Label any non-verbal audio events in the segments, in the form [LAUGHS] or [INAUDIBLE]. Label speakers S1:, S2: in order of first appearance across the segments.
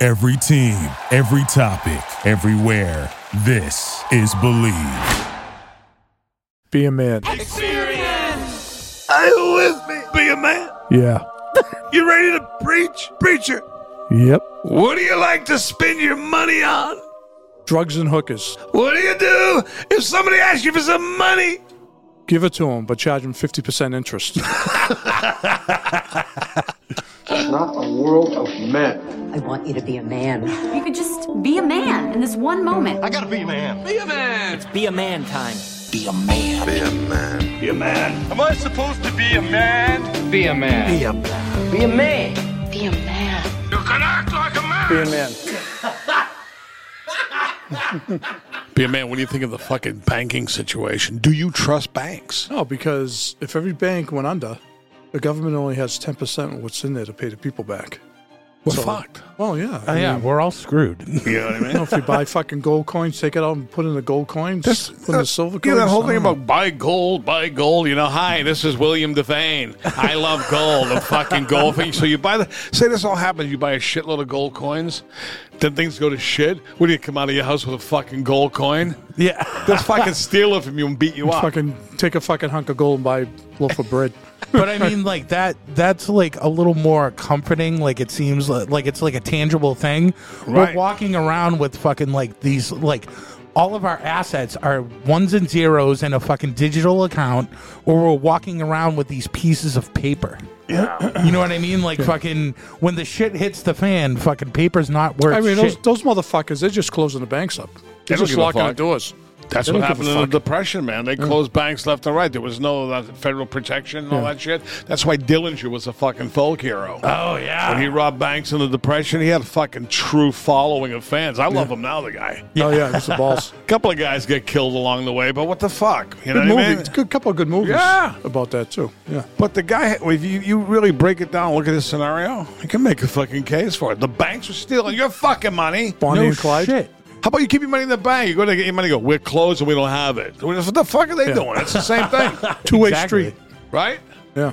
S1: Every team, every topic, everywhere. This is Believe.
S2: Be a man.
S3: Experience! Hey, who is me? Be a man.
S2: Yeah.
S3: You ready to preach? Preacher,
S2: Yep.
S3: what do you like to spend your money on?
S2: Drugs and hookers.
S3: What do you do if somebody asks you for some money?
S2: Give it to them, but charge them 50% interest.
S4: not a world of men.
S5: I want you to be a man.
S6: You could just be a man in this one moment.
S7: Be a man time.
S3: Am I supposed to be a man?
S7: Be a man.
S5: Be a man.
S3: You can act like a man.
S2: Be a man.
S3: Be a man. What do you think of the fucking banking situation? Do you trust banks?
S2: No, because if every bank went under, the government only has 10% of what's in there to pay the people back.
S3: We're fucked.
S2: Well, yeah. I
S8: yeah,
S3: Mm.
S2: mean,
S8: we're all screwed.
S3: [LAUGHS] You know what I mean?
S2: you [LAUGHS] know, if you buy fucking gold coins, take it out and put in the gold coins, put in the silver coins.
S3: uh, You know, the whole
S2: I
S3: thing
S2: don't know.
S3: about buy gold, buy gold. You know, hi, this is William Devane. I love gold. I'm fucking gold thing. So you buy the say this all happens. You buy a shitload of gold coins, then things go to shit. What do you come out of your house with a fucking gold coin?
S8: yeah,
S3: They'll fucking steal it from you and beat you up.
S2: Fucking take a fucking hunk of gold and buy a loaf of
S3: [LAUGHS]
S2: bread.
S8: [LAUGHS] but I mean, like that—that's like a little more comforting. Like it seems like, like it's like a tangible thing.
S3: Right.
S8: We're walking around with fucking like these like all of our assets are ones and zeros in a fucking digital account, or we're walking around with these pieces of paper. Yeah. You know what I mean? Like fucking when the shit hits the fan, fucking paper's not worth
S2: I mean,
S8: shit.
S2: those, those motherfuckers, they're just closing the banks up.
S3: They
S2: They're
S3: don't
S2: just
S3: give a
S2: locking the
S3: fuck.
S2: doors.
S3: That's
S2: They
S3: what
S2: don't give
S3: happened
S2: a
S3: in the
S2: fuck.
S3: Depression, man. They closed banks left and right. There was no uh, federal protection and all that shit. That's why Dillinger was a fucking folk hero.
S8: oh yeah.
S3: When he robbed banks in the Depression, he had a fucking true following of fans. I love him now, the guy.
S2: Oh, yeah, it was the balls.
S3: A couple of guys get killed along the way, but what the fuck? You know
S2: Good
S3: what
S2: movie.
S3: I mean?
S2: It's a good couple of good movies
S3: Yeah.
S2: about that, too. Yeah.
S3: But the guy, if you, you really break it down, look at this scenario, you can make a fucking case for it. The banks were stealing your fucking money.
S2: Bonnie
S8: no
S2: and Clyde.
S8: shit.
S3: How about you keep your money in the bank? You go to get your money, you go, we're closed and we don't have it. What the fuck are they doing? It's the same [LAUGHS] thing,
S2: Two way
S8: Exactly.
S2: street.
S3: right?
S2: Yeah.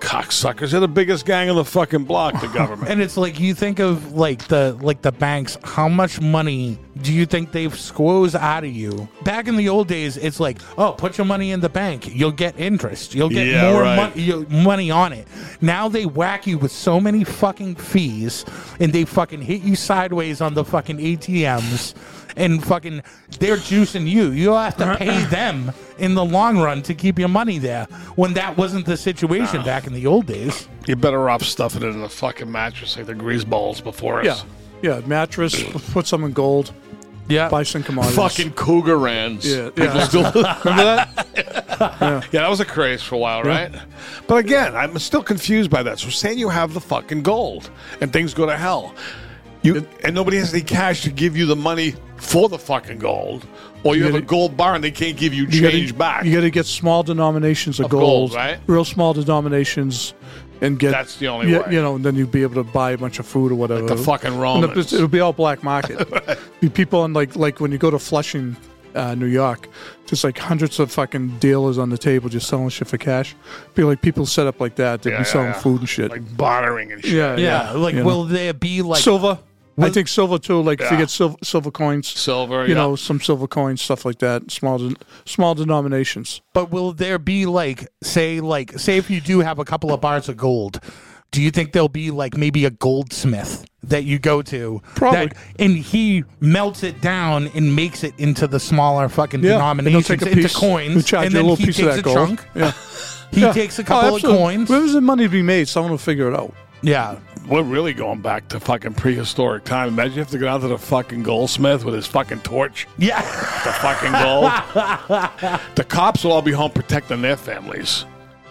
S3: Cocksuckers, they're the biggest gang on the fucking block, [LAUGHS] the government.
S8: And it's like you think of like the like the banks. How much money do you think they've squoze out of you? Back in the old days, it's like, oh, put your money in the bank. You'll get interest. You'll get
S3: Yeah,
S8: more
S3: right.
S8: mon- you- money on it. Now they whack you with so many fucking fees, and they fucking hit you sideways on the fucking ATMs, and fucking they're juicing you. You'll have to pay them in the long run to keep your money there. When that wasn't the situation back in the old days.
S3: You're better off stuffing it in a fucking mattress like the grease balls before us.
S2: Yeah. Yeah. Mattress, put some in gold,
S8: Yeah.
S2: buy some commodities.
S3: Fucking cougar rands.
S2: Yeah,
S3: People
S2: yeah.
S3: [LAUGHS] still-
S2: Remember that?
S3: Yeah, that was a craze for a while, right? But again, I'm still confused by that. So saying you have the fucking gold and things go to hell. You and nobody has any cash to give you the money for the fucking gold. Or you, have a
S2: gotta-
S3: gold bar and they can't give you
S2: You gotta-
S3: change back.
S2: You got to get small denominations of,
S3: Of gold, right?
S2: Real small denominations and get.
S3: That's the only
S2: you,
S3: way.
S2: You know, and then you'd be able to buy a bunch of food or whatever.
S3: the fucking
S2: And the-
S3: Romans.
S2: it'll be all black
S3: [LAUGHS]
S2: market. Be People in like, like when you go to Flushing, uh, New York, just like hundreds of fucking dealers on the table just selling shit for cash. Be like people set up like that. They'd
S3: Yeah, yeah,
S2: be selling
S3: yeah.
S2: food and shit.
S3: like bartering and shit.
S2: yeah,
S8: Yeah, like
S2: you know.
S8: will there be like
S2: silver. I think silver too. Like if you
S3: Yeah.
S2: get silver, silver coins,
S3: Silver,
S2: you
S3: yeah.
S2: know, some silver coins, stuff like that. Small, den- small denominations.
S8: but will there be like say like say if you do have a couple of bars of gold, do you think there'll be like maybe a goldsmith that you go to
S2: Probably.
S8: that- and he melts it down and makes it into the smaller fucking
S2: Yeah, and they'll
S8: denominations
S2: take a
S8: into
S2: piece. They'll
S8: coins
S2: charge
S8: and
S2: you a
S8: then
S2: little
S8: he
S2: piece of
S8: takes
S2: that
S8: a
S2: gold.
S8: chunk
S2: Yeah.
S8: he
S2: Yeah.
S8: takes a
S2: Oh,
S8: couple of
S2: absolutely.
S8: coins
S2: Where's the money to be made? Someone will figure it out.
S8: yeah
S3: We're really going back to fucking prehistoric time. Imagine you have to go down to the fucking goldsmith with his fucking torch.
S8: yeah [LAUGHS]
S3: The fucking
S2: [LAUGHS]
S3: gold. the cops will all be home protecting their families.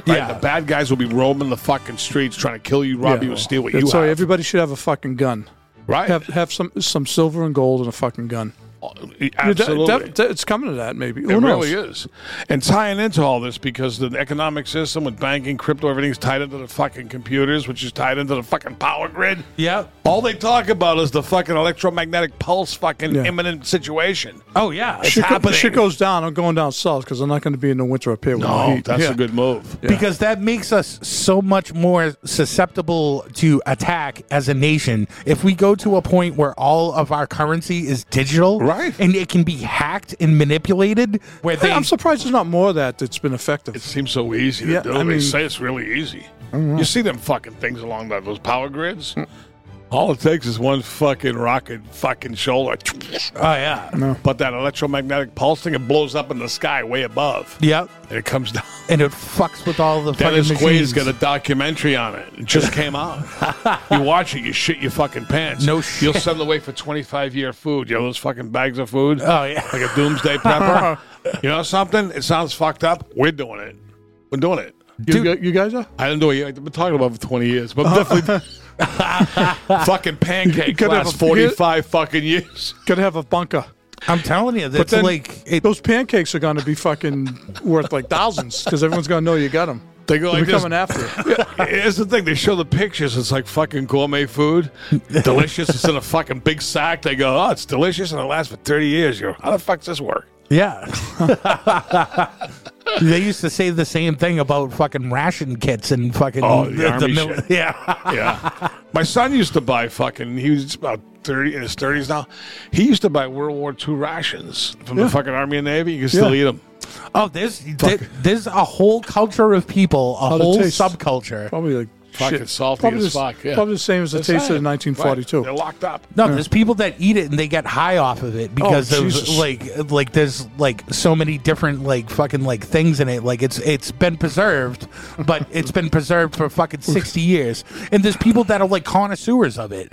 S3: Right?
S8: Yeah.
S3: The bad guys will be roaming the fucking streets trying to kill you, rob you, and steal what you
S2: Sorry,
S3: have.
S2: everybody should have a fucking gun.
S3: right?
S2: Have have some some silver and gold and a fucking gun. Yeah, that-
S3: Absolutely.
S2: that- that- it's coming to that, maybe.
S3: It
S2: Who knows?
S3: really is. And tying into all this because the economic system with banking, crypto, everything's tied into the fucking computers, which is tied into the fucking power grid.
S8: yeah
S3: All they talk about is the fucking electromagnetic pulse fucking
S2: Yeah.
S3: imminent situation.
S8: oh yeah
S3: It's
S2: Shit, go-
S3: happening.
S2: shit goes down. I'm going down south because I'm not going to be in the winter up here. with the
S3: No,
S2: heat.
S3: Oh, that's
S2: Yeah.
S3: a good move.
S8: because that makes us so much more susceptible to attack as a nation. If we go to a point where all of our currency is digital,
S3: Right.
S8: and it can be hacked and manipulated, where
S2: Hey,
S8: they
S2: I'm surprised there's not more of that that's been effective.
S3: It seems so easy to
S2: Yeah,
S3: do.
S2: I
S3: they
S2: mean-
S3: say it's really easy. You see them fucking things along that, those power grids. All it takes is one fucking rocket fucking shoulder.
S8: oh yeah,
S3: But that electromagnetic pulse thing, it blows up in the sky way above.
S8: yep,
S3: And it comes down.
S8: and it fucks with all the
S3: Dennis
S8: fucking machines.
S3: Quaid's got a documentary on it. It just came
S8: [LAUGHS]
S3: out. you watch it, you shit your fucking pants.
S8: No
S3: You'll
S8: shit.
S3: send away for 25 year food. You know those fucking bags of food?
S8: Oh, yeah.
S3: Like a doomsday
S8: [LAUGHS]
S3: prepper. you know something? It sounds fucked up. We're doing it. We're doing it.
S2: You, gu- you guys are?
S3: I don't know. I've been talking about it for 20 years, but definitely
S8: [LAUGHS]
S3: [LAUGHS] fucking pancake
S2: could have
S3: last
S2: a-
S3: 45 fucking years.
S2: Got to have a bunker.
S8: I'm telling you, that's
S3: then-
S8: like it,
S2: Those pancakes are going to be fucking worth like thousands because everyone's going to know you got them.
S3: They go
S2: They're
S3: like this.
S2: coming after you.
S3: [LAUGHS] Yeah, Here's the thing. They show the pictures. It's like fucking gourmet food. Delicious. it's in a fucking big sack. They go, oh, it's delicious and it lasts for 30 years. You go, how the fuck does this work?
S8: yeah. [LAUGHS] they used to say the same thing about fucking ration kits and fucking
S3: Oh, the army
S8: mil-
S3: shit.
S8: yeah. [LAUGHS]
S2: [LAUGHS]
S3: Yeah. My son used to buy fucking, he was about 30, in his 30s now. He used to buy World War II rations from the fucking Army and Navy. You can still eat 'em. eat them.
S8: Oh, there's there, there's a whole culture of people, a
S2: it
S8: whole
S2: tastes.
S8: subculture.
S2: Probably like
S3: Fucking
S2: shit.
S3: salty
S2: probably
S3: as
S2: the,
S3: fuck, yeah.
S2: Probably the same as the
S3: They're
S2: taste of
S3: saying, right,
S2: 1942.
S3: They're locked up.
S8: No, there's people that eat it and they get high off of it because
S2: Oh,
S8: of
S2: Jesus.
S8: like like there's like so many different like fucking like things in it. Like it's it's been preserved,
S3: [LAUGHS]
S8: but it's been preserved for fucking sixty years. And there's people that are like connoisseurs of it.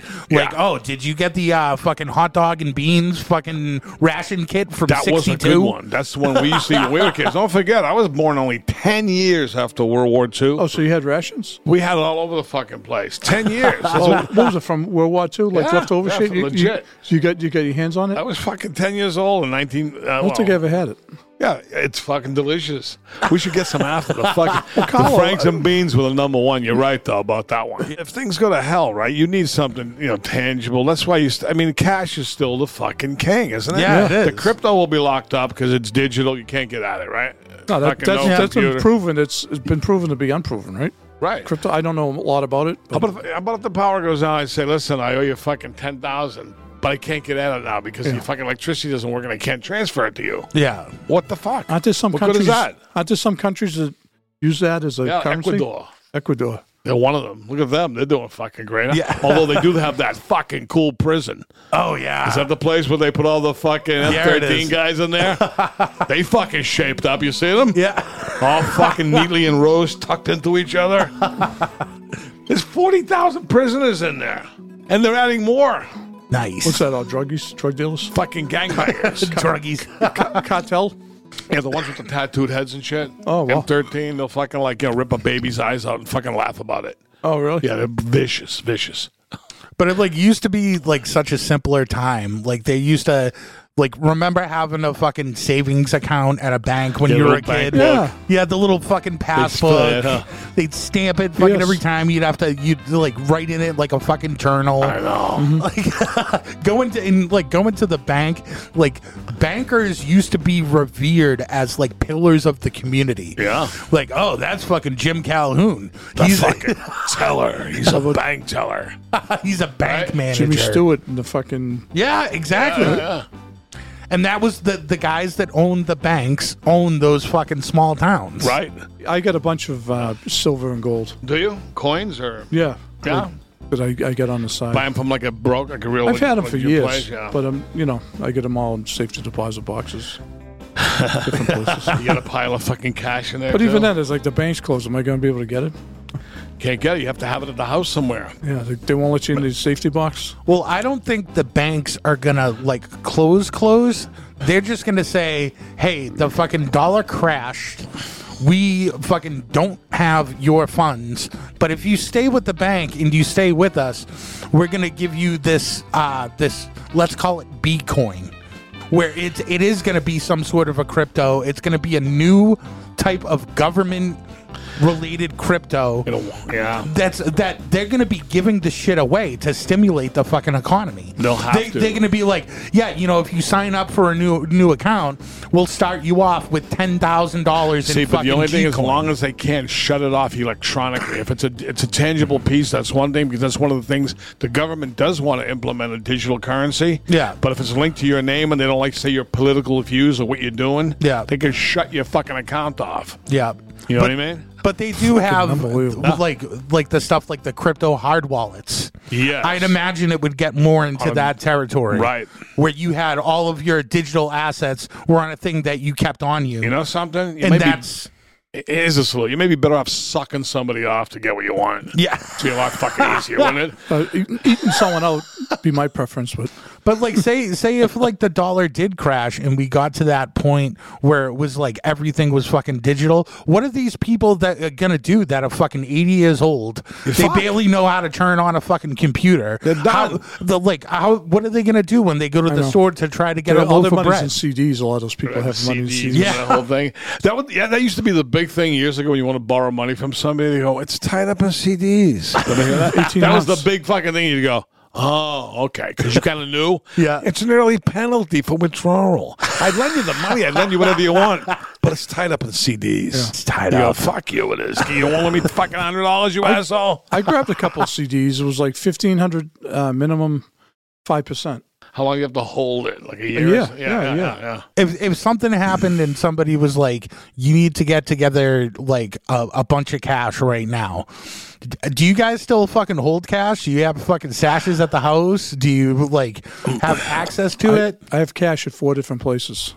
S3: Yeah.
S8: Like, oh, did you get the uh, fucking hot dog and beans fucking ration kit from
S3: That was a good
S8: 62?
S3: one. That's the one we used to eat when we were kids. Don't forget, I was born only 10 years after World War II.
S2: Oh, so you had rations?
S3: We had it all over the fucking place. [LAUGHS] 10 years. [LAUGHS] That's
S2: Oh,
S3: what-
S2: what was it from World War II? Like
S3: Yeah,
S2: leftover
S3: yeah,
S2: shit? You,
S3: legit.
S2: You, you got you got your hands on it?
S3: I was Oh, fucking 10 years old in 19. Uh,
S2: I don't think I ever had it.
S3: Yeah, it's fucking delicious. We should get some after [LAUGHS] the fucking. the
S2: Carlo,
S3: Franks and beans were the number one. You're right, though, about that one. uh, If things go to hell, right, you need something, you know, tangible. That's why you. St- I mean, cash is still the fucking king, isn't it?
S8: Yeah, it
S3: The
S8: is.
S3: crypto will be locked up because it's digital. You can't get at it, right?
S2: No, that,
S3: Fucking
S2: that's,
S3: no
S2: that's been
S3: computer.
S2: proven. It's, it's been proven to be unproven, right?
S3: Right.
S2: Crypto. I don't know a lot about it.
S3: How
S2: But
S3: about, if, how about if the power goes out? I say, listen, I owe you fucking ten thousand, but I can't get at it now because your fucking electricity doesn't work and I can't transfer it to you.
S8: Yeah.
S3: What the fuck?
S2: aren't there some
S3: what
S2: countries?
S3: good is that?
S2: Aren't there some countries that use that as a
S3: Yeah,
S2: currency?
S3: Ecuador.
S2: Ecuador.
S3: They're one of them. Look at them. They're doing fucking great. Although they do have that fucking cool prison.
S8: Oh yeah.
S3: Is that the place where they put all the fucking
S8: There it
S3: F-13
S8: is.
S3: guys in
S8: [LAUGHS]
S3: there? they fucking shaped up. You see them?
S8: yeah. [LAUGHS]
S3: All fucking neatly in rows, tucked into each
S8: [LAUGHS]
S3: other. There's 40,000 prisoners in there. And they're adding more.
S8: Nice.
S2: What's that? All druggies, drug dealers,
S3: Fucking gangbangers.
S8: [LAUGHS] Druggies.
S2: cartel.
S3: Yeah, the ones with the tattooed heads and shit.
S2: Oh, wow.
S3: M13, they'll fucking like, you know, rip a baby's eyes out and fucking laugh about it.
S2: Oh, really?
S3: Yeah, they're vicious, vicious.
S8: But it like used to be like such a simpler time. Like they used to like remember having a fucking savings account at a bank when
S3: Yeah,
S8: you were a
S3: little bank
S8: kid.
S3: book.
S8: Yeah. You had the little fucking passbook.
S3: split it, huh?
S8: They'd stamp it fucking
S2: Yes.
S8: every time. You'd have to you'd like write in it like a fucking journal. Mm-hmm.
S3: I know.
S8: [LAUGHS] Like [LAUGHS] going to in like going to the bank, like bankers used to be revered as like pillars of the community.
S3: Yeah.
S8: Like, oh, that's fucking Jim Calhoun.
S3: The
S8: he's [LAUGHS]
S3: fucking teller. He's a bank teller.
S8: he's a bank
S3: Right.
S8: manager.
S2: Jimmy Stewart and the fucking
S8: Yeah, exactly.
S3: Yeah.
S8: And that was the the guys that owned the banks owned those fucking small towns.
S3: Right?
S2: I got a bunch of uh, silver and gold.
S3: Do you coins or
S2: Yeah.
S3: Yeah.
S2: That I, I got on the side.
S3: buy them from like a broke like a real?
S2: I've had them for
S3: legit
S2: years,
S3: place? Yeah.
S2: but um, you know, I get them all in safety deposit
S3: [LAUGHS]
S2: boxes, different places.
S3: you got a pile of fucking cash in there.
S2: uh, But
S3: too.
S2: even then, it's like the bank's closed. Am I going to be able to get it?
S3: can't get it. You have to have it at the house somewhere.
S2: Yeah, they, they won't let you in the safety box.
S8: Well, I don't think the banks are gonna like close close. They're just gonna say, "Hey, the fucking dollar crashed. We fucking don't have your funds. But if you stay with the bank and you stay with us, we're gonna give you this uh, this let's call it B coin." where it's it is going to be some sort of a crypto. It's going to be a new type of government related crypto.
S3: It'll- yeah.
S8: That's that they're going to be giving the shit away to stimulate the fucking economy.
S3: They'll have
S8: they,
S3: to.
S8: They're going to be like, yeah, you know, if you sign up for a new new account, we'll start you off with ten thousand dollars.
S3: See,
S8: in
S3: but the
S8: fucking
S3: only thing, as
S8: Gcoin.
S3: long as they can shut it off electronically, if it's a it's a tangible piece, that's one thing because that's one of the things the government does want to implement a digital currency.
S8: Yeah.
S3: But if it's linked to your name and they don't like say your political views or what you're doing,
S8: Yeah.
S3: they can shut your fucking account off.
S8: yeah.
S3: You know
S8: but,
S3: what I mean?
S8: But they do have
S2: unbelievable.
S8: like like the stuff like the crypto hard wallets.
S3: Yes. Um,
S8: I'd imagine it would get more into that territory.
S3: Right.
S8: Where you had all of your digital assets were on a thing that you kept on you.
S3: You know something? You
S8: and
S3: may be-
S8: that's
S3: it is a salute. You may be better off sucking somebody off to get what you want.
S8: yeah.
S3: It'd be a lot fucking easier,
S8: [LAUGHS]
S3: wouldn't it?
S2: Uh, eating, eating someone out would be my preference, but
S8: But like say say if like the dollar did crash and we got to that point where it was like everything was fucking digital, what are these people that are gonna do that are fucking eighty years old? They
S3: fucked.
S8: barely know how to turn on a fucking computer.
S3: They're
S8: How,
S3: done.
S8: the like how what are they gonna do when they go to the
S2: know.
S8: store to try to get a
S2: all
S8: loaf
S2: their
S8: of
S2: money's in
S8: bread?
S2: CDs. A lot of those people have money in
S3: CDs
S2: CDs.
S3: and that whole thing. [LAUGHS] That would, yeah, that used to be the big thing years ago. When you want to borrow money from somebody, they go, "It's tied up in [LAUGHS] CDs." Did I hear that?
S2: 18
S3: That was the
S2: months.
S3: big fucking thing. You would go, "Oh, okay," because you kind of [LAUGHS] knew.
S8: Yeah.
S3: it's an early penalty for withdrawal. I'd lend you the money. I'd lend you whatever you [LAUGHS] want, but it's tied up in CDs. It's tied up. Fuck you. It is. You don't want to me fucking hundred dollars, you asshole.
S2: I grabbed a couple of CDs. It was like fifteen hundred uh, minimum, five percent.
S3: How long you have to hold it? Like a year?
S2: Yeah,
S3: or so-
S2: yeah, yeah.
S8: if if something happened and somebody was like, "You need to get together like a, a bunch of cash right now," d- do you guys still fucking hold cash? Do you have fucking sashes at the house? Do you like have access to it?
S2: I have cash at four different places.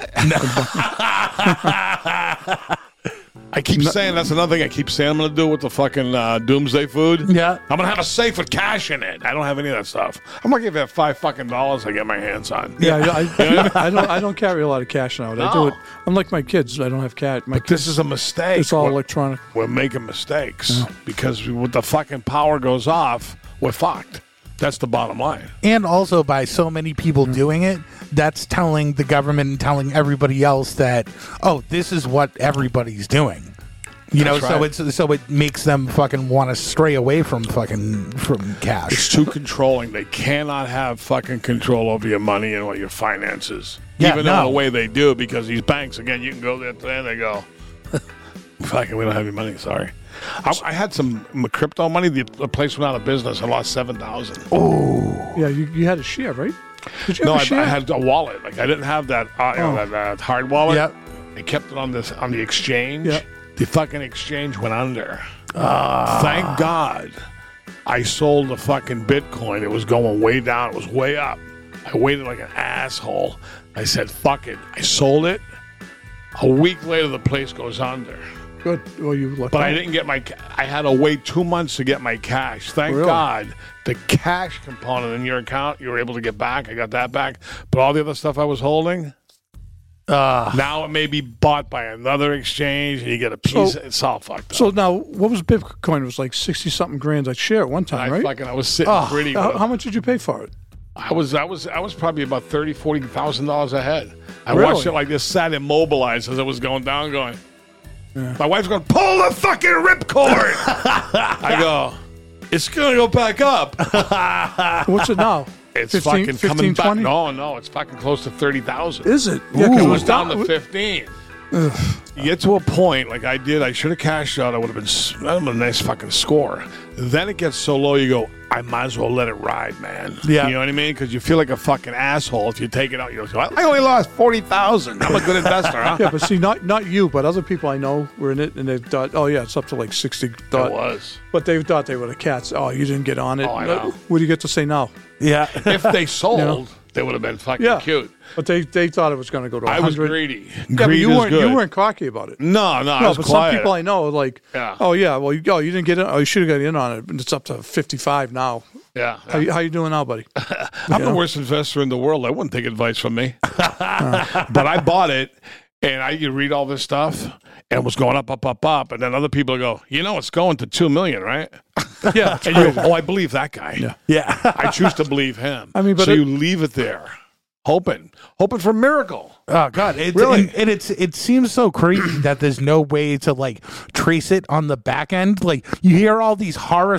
S3: I keep saying that's another thing. I keep saying I'm going to do with the fucking uh, doomsday food.
S8: Yeah.
S3: I'm going to have a safe with cash in it. I don't have any of that stuff. I'm going to give that five fucking dollars I get my hands on.
S2: Yeah,
S3: [LAUGHS]
S2: I, I, I don't. I don't carry a lot of cash now. I do
S3: No.
S2: it. I'm like my kids. I don't have cash. My
S3: But this is a mistake.
S2: It's all
S3: We're-
S2: electronic.
S3: We're making mistakes because when the fucking power goes off, we're fucked. That's the bottom line.
S8: And also by so many people doing it, that's telling the government and telling everybody else that, oh, this is what everybody's doing. You know,
S3: That's right.
S8: so it's so it makes them fucking want to stray away from fucking from cash.
S3: It's too controlling. They cannot have fucking control over your money and what your finances.
S8: Yeah,
S3: Even
S8: no.
S3: though in a way they do, because these banks, again, you can go there today and they go, [LAUGHS] fucking, we don't have your money, sorry. I, I had some m- crypto money. The, the place went out of business. I lost 7000
S8: Oh,
S2: yeah, you, you had a share, right? Did you
S3: No,
S2: have
S3: I,
S2: a share?
S3: I had a wallet. Like, I didn't have that, uh, you know, that, uh, hard wallet.
S8: Oh. Yep.
S3: They kept it on, this, on the exchange.
S2: Yep.
S3: The fucking exchange went under.
S2: Ah.
S3: Thank God I sold the fucking Bitcoin. It was going way down, it was way up. I waited like an asshole. I said, fuck it. I sold it. A week later, the place goes under.
S2: Good. Well, you lucked
S3: But I
S2: out.
S3: didn't get my. ca- I had to wait two months to get my cash. Thank
S2: Really?
S3: God the cash component in your account you were able to get back. I got that back, but all the other stuff I was holding. now it may be bought by another exchange, and you get a piece.
S2: So-
S3: it's all fucked up.
S2: So now, what was Bitcoin? It was like sixty something grand a share at one
S3: I
S2: time, right? Ah,
S3: fucking I was sitting pretty. with
S2: how,
S3: it.
S2: how much did you pay for it?
S3: I was I was I was probably about thirty forty thousand dollars ahead. I
S2: Really?
S3: watched it like this, sat immobilized as it was going down, going. My wife's going pull the fucking
S2: [LAUGHS]
S3: ripcord. I go. It's gonna go back up.
S2: What's it now?
S3: [LAUGHS] It's
S2: 15
S3: fucking
S2: 15,
S3: coming back.
S2: 20?
S3: No, no, it's fucking close to thirty thousand.
S2: Is it?
S3: Ooh,
S2: Yeah, 'cause
S3: it was down to fifteen. You get to a point like I did. I should have cashed out. I would have been. s- That would have been a nice fucking score. Then it gets so low, you go. I might as well let it ride, man.
S8: Yeah.
S3: you know what I mean? Because you feel like a fucking asshole if you take it out. You go, I only lost forty thousand. I'm a good investor, huh?
S2: [LAUGHS] Yeah, but see, not not you, but other people I know were in it, and they thought, oh yeah, it's up to like sixty. Thought,
S3: It was.
S2: but they thought they were the cats. Oh, you didn't get on it.
S3: Oh, I
S2: Uh,
S3: know.
S2: What do you get to say now?
S3: [LAUGHS]
S8: Yeah.
S3: If they sold, they would have been fucking
S2: Yeah,
S3: cute.
S2: But they, they thought it was going to go to.
S3: I was
S2: 100.
S3: greedy.
S2: Yeah, but
S3: Greed
S2: you
S3: is
S2: weren't
S3: good.
S2: you weren't cocky about it.
S3: No, no, I
S2: No,
S3: was
S2: but
S3: quiet.
S2: some people I know are like,
S3: Yeah.
S2: oh yeah, well, you, oh, you didn't get it. Oh, you should have got in on it. But it's up to fifty five now.
S3: yeah,
S2: How, you- how you doing now, buddy?
S3: I'm the worst investor in the world. I wouldn't take advice from me. [LAUGHS] but I bought it and I you read all this stuff and it was going up, up, up, up. And then other people go, you know, it's going to 2 million, right?
S2: [LAUGHS] yeah,
S3: And you go, oh, I believe that guy.
S8: Yeah.
S3: I choose to believe him.
S2: [LAUGHS] I mean, but
S3: so
S2: it-
S3: you leave it there, hoping, hoping for a miracle.
S8: Oh God! It,
S3: Really?
S8: and, and it's it seems so crazy that there's no way to like trace it on the back end. Like you hear all these horror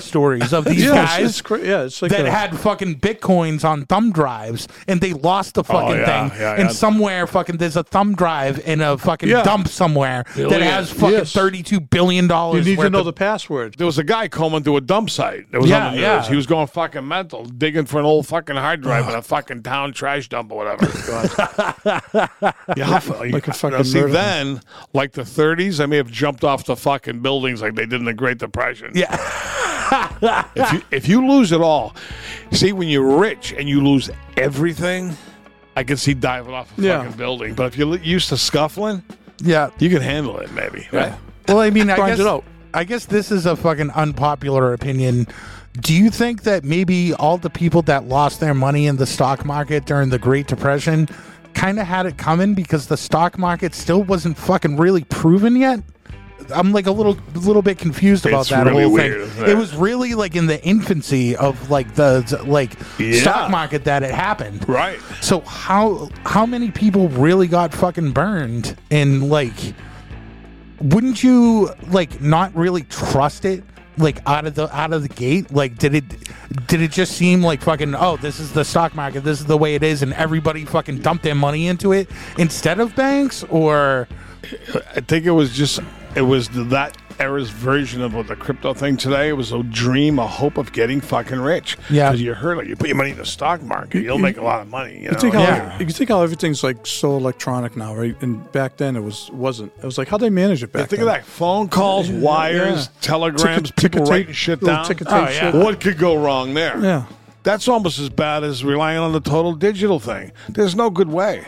S2: [LAUGHS]
S8: stories of these
S2: yeah,
S8: guys
S2: It's, it's, cra- yeah, it's like
S8: that
S2: a-
S8: had fucking bitcoins on thumb drives and they lost
S2: Oh,
S8: the fucking
S3: yeah,
S8: thing.
S3: yeah,
S8: and
S3: yeah.
S8: somewhere fucking there's a thumb drive in a fucking
S2: Yeah.
S8: dump somewhere that
S3: Billion.
S8: has fucking
S2: Yes.
S8: thirty-two billion
S2: you
S8: dollars.
S2: need to
S8: worth
S2: know
S8: of-
S2: the password.
S3: There was a guy combing through a dump site. That was
S8: Yeah,
S3: on the news.
S8: yeah.
S3: He was going fucking mental, digging for an old fucking hard drive in a fucking town trash dump or whatever. [LAUGHS] yeah, I feel
S2: Like a fucking
S3: Now, see,
S2: murderer.
S3: then, like the 30s, I may have jumped off the fucking buildings like they did in the Great Depression.
S8: yeah,
S3: [LAUGHS] If you, if you lose it all, see, when you're rich and you lose everything, I can see diving off a
S2: Yeah.
S3: fucking building. But if you're li- used to scuffling,
S8: yeah.
S3: you can handle it, maybe. Right?
S8: Well, I mean, I
S2: Grind
S8: guess
S2: it out.
S8: I guess this is a fucking unpopular opinion. Do you think that maybe all the people that lost their money in the stock market during the Great Depression kind of had it coming because the stock market still wasn't fucking really proven yet? I'm like a little little bit confused about
S3: It's
S8: that
S3: really
S8: whole
S3: weird,
S8: thing.
S3: isn't it?
S8: It was really like in the infancy of like the like
S3: Yeah.
S8: stock market that it happened.
S3: Right.
S8: So how how many people really got fucking burned and like wouldn't you like not really trust it like out of the out of the gate? Like did it did it just seem like fucking oh this is the stock market, this is the way it is and everybody fucking dumped their money into it instead of banks or
S3: I think it was just it was the, that era's version of the crypto thing today. It was a dream, a hope of getting fucking rich.
S8: Yeah.
S3: 'Cause you heard like you put your money in the stock market, you'll make a lot of money. You know?
S2: You think how
S8: Yeah.
S2: you think how everything's like so electronic now, right? And back then it was wasn't. It was like how they manage it back.
S3: Yeah, think of
S2: then.
S3: that: phone calls, wires,
S2: Yeah.
S3: telegrams,
S2: Ticket- ticket
S3: people
S2: tape-
S3: writing shit
S2: little
S3: down.
S2: ticket tape Oh, yeah. shit.
S3: What could go wrong there?
S2: Yeah.
S3: that's almost as bad as relying on the total digital thing. There's no good way.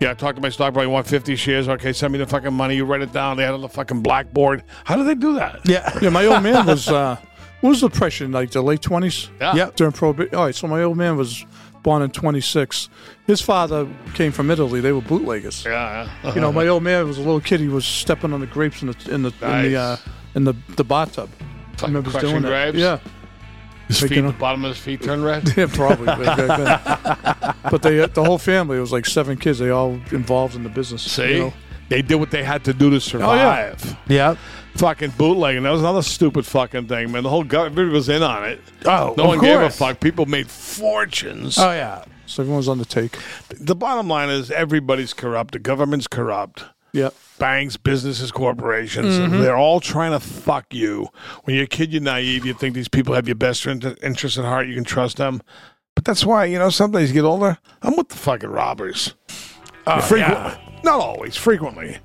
S3: Yeah, I talked to my stock broker. You want 50 shares? Okay, send me the fucking money. You write it down. They had it on the fucking blackboard. How do they do that?
S8: yeah.
S2: Yeah, my old man was. Uh, what was the depression like? The late twenties.
S3: Yeah. Yep.
S2: During probation. All right, so my old man was born in twenty six. His father came from Italy. They were bootleggers.
S3: Yeah, uh-huh. yeah.
S2: You know, my old man was a little kid. He was stepping on the grapes in the in the in
S3: Nice.
S2: the uh, in the the bathtub. I remember
S3: crushing
S2: doing
S3: grapes?
S2: it. Yeah.
S3: his
S2: like,
S3: feet,
S2: you
S3: the
S2: know-
S3: bottom of his feet
S2: [LAUGHS]
S3: turn red.
S2: Yeah, probably. back then. but they, uh, the whole family it was like seven kids. They all involved in the business.
S3: See,
S2: you know? Oh,
S3: they did what they had to do to survive.
S8: Yeah.
S3: Fucking bootlegging. That was another stupid fucking thing, man. The whole government was in on it.
S8: Oh,
S3: no
S8: of
S3: one gave a
S8: course.
S3: fuck. People made fortunes.
S8: Oh yeah.
S2: So everyone's on the take.
S3: the bottom line is everybody's corrupt. The government's corrupt.
S2: Yeah.
S3: Banks, businesses, corporations, they're all trying to fuck you. When you're a kid, you're naive. You think these people have your best inter- interest at heart. You can trust them. But that's why, you know, sometimes you get older. I'm with the fucking robbers. Uh,
S2: Oh,
S3: frequently. Not always, frequently.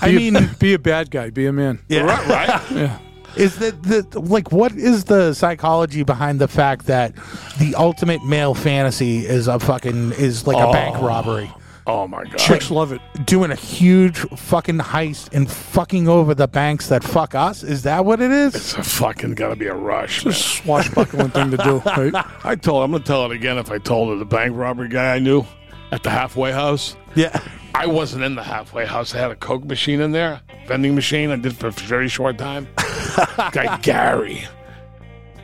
S8: I
S2: Be a-
S8: mean,
S2: be a bad guy. Be a man.
S8: yeah.
S3: Right, right?
S8: Is that the like what is the psychology behind the fact that the ultimate male fantasy is a fucking is like a bank robbery?
S3: Oh my god!
S2: Chicks love it.
S8: Doing a huge fucking heist and fucking over the banks that fuck us? Is that what it is?
S3: It's
S8: [LAUGHS]
S3: a fucking gotta be a rush.
S2: [LAUGHS]
S3: man.
S2: Swashbuckling thing to do. Right?
S3: I told. I'm gonna tell it again. If I told it, the bank robbery guy I knew at the halfway house.
S8: Yeah.
S3: I wasn't in the halfway house. I had a coke machine in there, vending machine. I did for a very short time. guy Gary,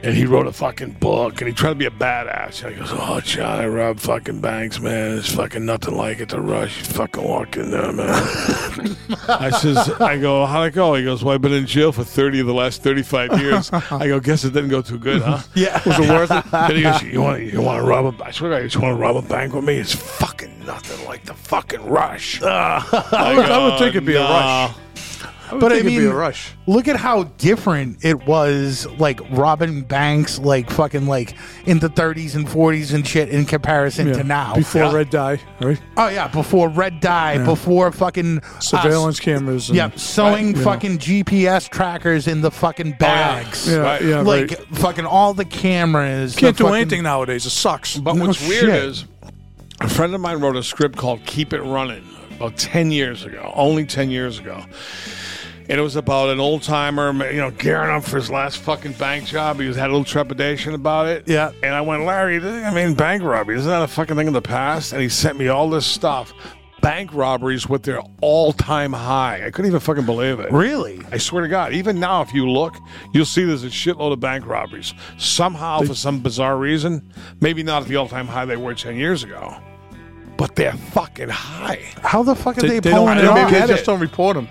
S3: and he wrote a fucking book, and he tried to be a badass. And he goes, "Oh, John, I robbed fucking banks, man. It's fucking nothing like it. The rush, you fucking walk in there, man." I says, I go, how'd it go? He goes, well, I've been in jail for 30 of the last 35 years. I go, guess it didn't go too good, huh?
S8: Yeah.
S2: [LAUGHS]
S3: Was it worth it? then he goes, you want, you want to rob a, I swear to God, you just want to rob a bank with me? It's fucking nothing like the fucking [LAUGHS] rush.
S2: I would, I would think it'd be
S3: Uh,
S2: a rush. I would
S8: But I
S2: think it'd be
S8: mean-
S2: a rush.
S8: Look at how different it was, like Robin Banks, like fucking like in the 30s and 40s and shit, in comparison
S2: Yeah. Ah,
S8: to now.
S2: Before
S8: Yeah.
S2: red dye, right?
S8: oh yeah, before red dye, before fucking uh,
S2: Surveillance cameras. And,
S8: Yep, sewing
S2: Right, yeah. Oh,
S8: fucking GPS trackers in the fucking bags.
S2: Yeah, yeah,
S8: like
S2: right.
S8: fucking all the cameras.
S2: Can't do
S8: the fucking-
S2: anything nowadays. It sucks.
S3: But
S8: No
S3: what's weird
S8: shit.
S3: is a friend of mine wrote a script called Keep It Running about 10 years ago, only 10 years ago. And it was about an old timer, you know, gearing up for his last fucking bank job. He was had a little trepidation about it.
S8: Yeah.
S3: And I went, Larry, this- I mean, bank robbery, isn't that a fucking thing of the past? And he sent me all this stuff. Bank robberies with their all time high. I couldn't even fucking believe it.
S8: Really?
S3: I swear to God, even now, if you look, you'll see there's a shitload of bank robberies. Somehow, for some bizarre reason, maybe not at the all time high they were 10 years ago, but they're fucking high.
S8: How the fuck are they,
S2: they
S8: pulling
S2: don't,
S8: it
S2: they,
S8: off?
S2: maybe they
S3: Get
S2: just
S3: it.
S2: don't report them.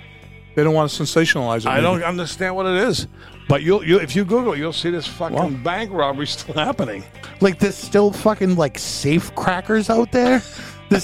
S2: They don't want to sensationalize it.
S3: I
S2: maybe.
S3: don't understand what it is, but you'll, you if you Google it, you'll see this fucking
S2: Wow.
S3: bank robbery still happening.
S8: Like there's still fucking like safe crackers out there. There's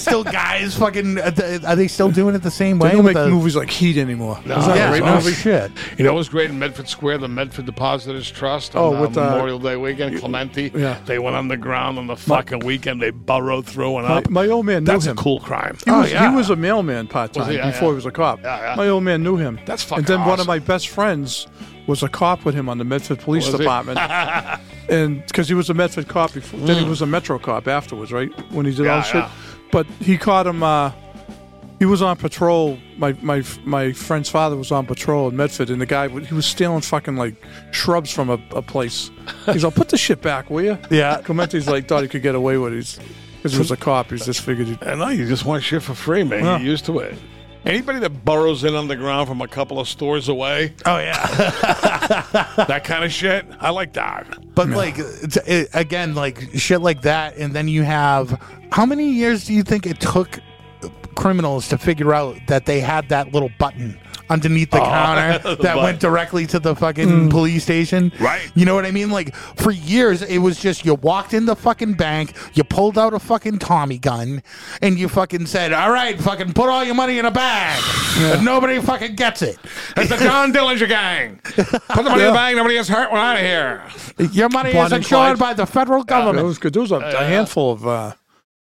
S2: [LAUGHS]
S8: still guys fucking. Are they- are they still doing it the same way?
S2: They don't
S8: with
S2: make
S8: the-
S2: movies like Heat anymore.
S3: Is that
S8: Yeah,
S3: right
S8: no
S3: now?
S8: shit.
S3: You know what was great in Medford Square? The Medford Depositors Trust on
S2: Oh,
S3: uh,
S2: with, uh,
S3: Memorial Day weekend, Clementi.
S2: yeah.
S3: They went on the ground on the fucking weekend. They burrowed through and up.
S2: my old man knew
S3: That's
S2: him.
S3: a cool crime. Oh,
S2: He, was,
S8: yeah.
S2: he was a mailman part time
S3: Was he? Yeah,
S2: before
S3: yeah.
S2: he was a cop.
S3: Yeah, yeah.
S2: My old man knew him.
S3: That's fucking
S2: And then one
S3: awesome.
S2: of my best friends was a cop with him on the Medford Police
S3: Was he? [LAUGHS]
S2: Department. and because he was a Medford cop before, then he was a Metro cop afterwards, right? When he did all
S3: Mm. Yeah,
S2: this shit.
S3: yeah.
S2: But he caught him. Uh, he was on patrol. My my my friend's father was on patrol in Medford, and the guy w- he was stealing fucking like shrubs from a, a place. He's like, "Put the shit back,
S3: [LAUGHS]
S2: will you?"
S8: Yeah.
S2: Clemente's like thought he could get away with it because he was a cop. He's just figured. He'd,
S3: I know you just want shit for free, man. You're used to it. Anybody that burrows in on the ground from a couple of
S2: [LAUGHS]
S3: stores away,
S8: Oh yeah.
S3: that kind of shit, I like that.
S8: But like it's, it, again, like shit like that, and then you have how many years do you think it took criminals to figure out that they had that little button underneath the counter
S3: the
S8: that
S3: button.
S8: went directly to the fucking
S2: Mm.
S8: police station?
S3: Right.
S8: You know what I mean? Like for years, it was just you walked in the fucking bank, you pulled out a fucking Tommy gun, and you fucking said, "All right, fucking put all your money in a bag." And nobody fucking gets it.
S3: It's the John Dillinger gang. Put the money in the bag. Nobody gets hurt. We're out of here.
S8: Your money
S2: Bonnie
S8: is
S2: and Clyde.
S8: insured by the federal
S2: That
S8: government.
S2: was good. There was a, a handful of uh,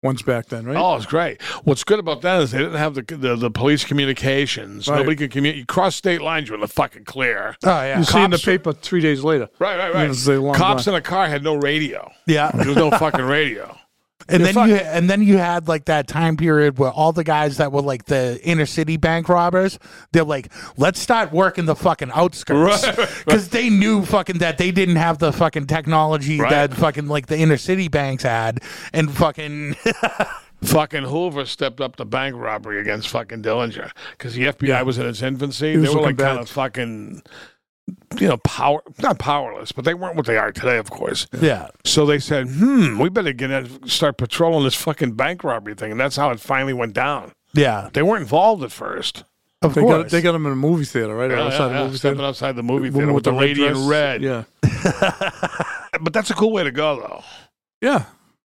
S2: ones back then, right?
S3: Oh, it's great. What's good about that is they didn't have the the, the police communications.
S2: Right.
S3: Nobody could communicate. You cross state lines, you're in the fucking clear.
S2: [LAUGHS]
S8: Oh yeah.
S2: you see in the
S3: cops-
S2: paper three days later.
S3: Right, right, right.
S2: It was a long
S3: Cops
S2: line.
S3: in a car had no radio. [LAUGHS]
S8: Yeah.
S3: There
S2: [LAUGHS]
S3: was no fucking radio.
S8: and
S2: You're
S8: then
S2: fucked.
S8: you and then you had like that time period where all the guys that were like the inner city bank robbers, they're like, let's start working the fucking outskirts
S3: Right,
S8: because
S3: right,
S8: they knew fucking that they didn't have the fucking technology
S3: Right.
S8: that fucking like the inner city banks had, and fucking [LAUGHS]
S3: Fucking Hoover stepped up the bank robbery against fucking Dillinger because the FBI was in its infancy.
S2: was
S3: They were
S2: looking
S3: like kind
S2: bad.
S3: of fucking, you know, power not powerless, but they weren't what they are today, of course.
S8: yeah,
S3: So they said, "Hmm, we better get in, start patrolling this fucking bank robbery thing," and that's how it finally went down.
S8: yeah,
S3: They weren't involved at first.
S8: of
S2: They
S8: course.
S2: got, they got them in a movie theater, right?
S3: Yeah,
S2: Outside
S3: yeah,
S2: the
S3: yeah,
S2: movie
S3: stepping
S2: theater.
S3: outside the movie
S2: Woman
S3: theater with the, lady in
S2: dress.
S3: red.
S2: Yeah.
S3: But that's a cool way to go, though.
S2: Yeah.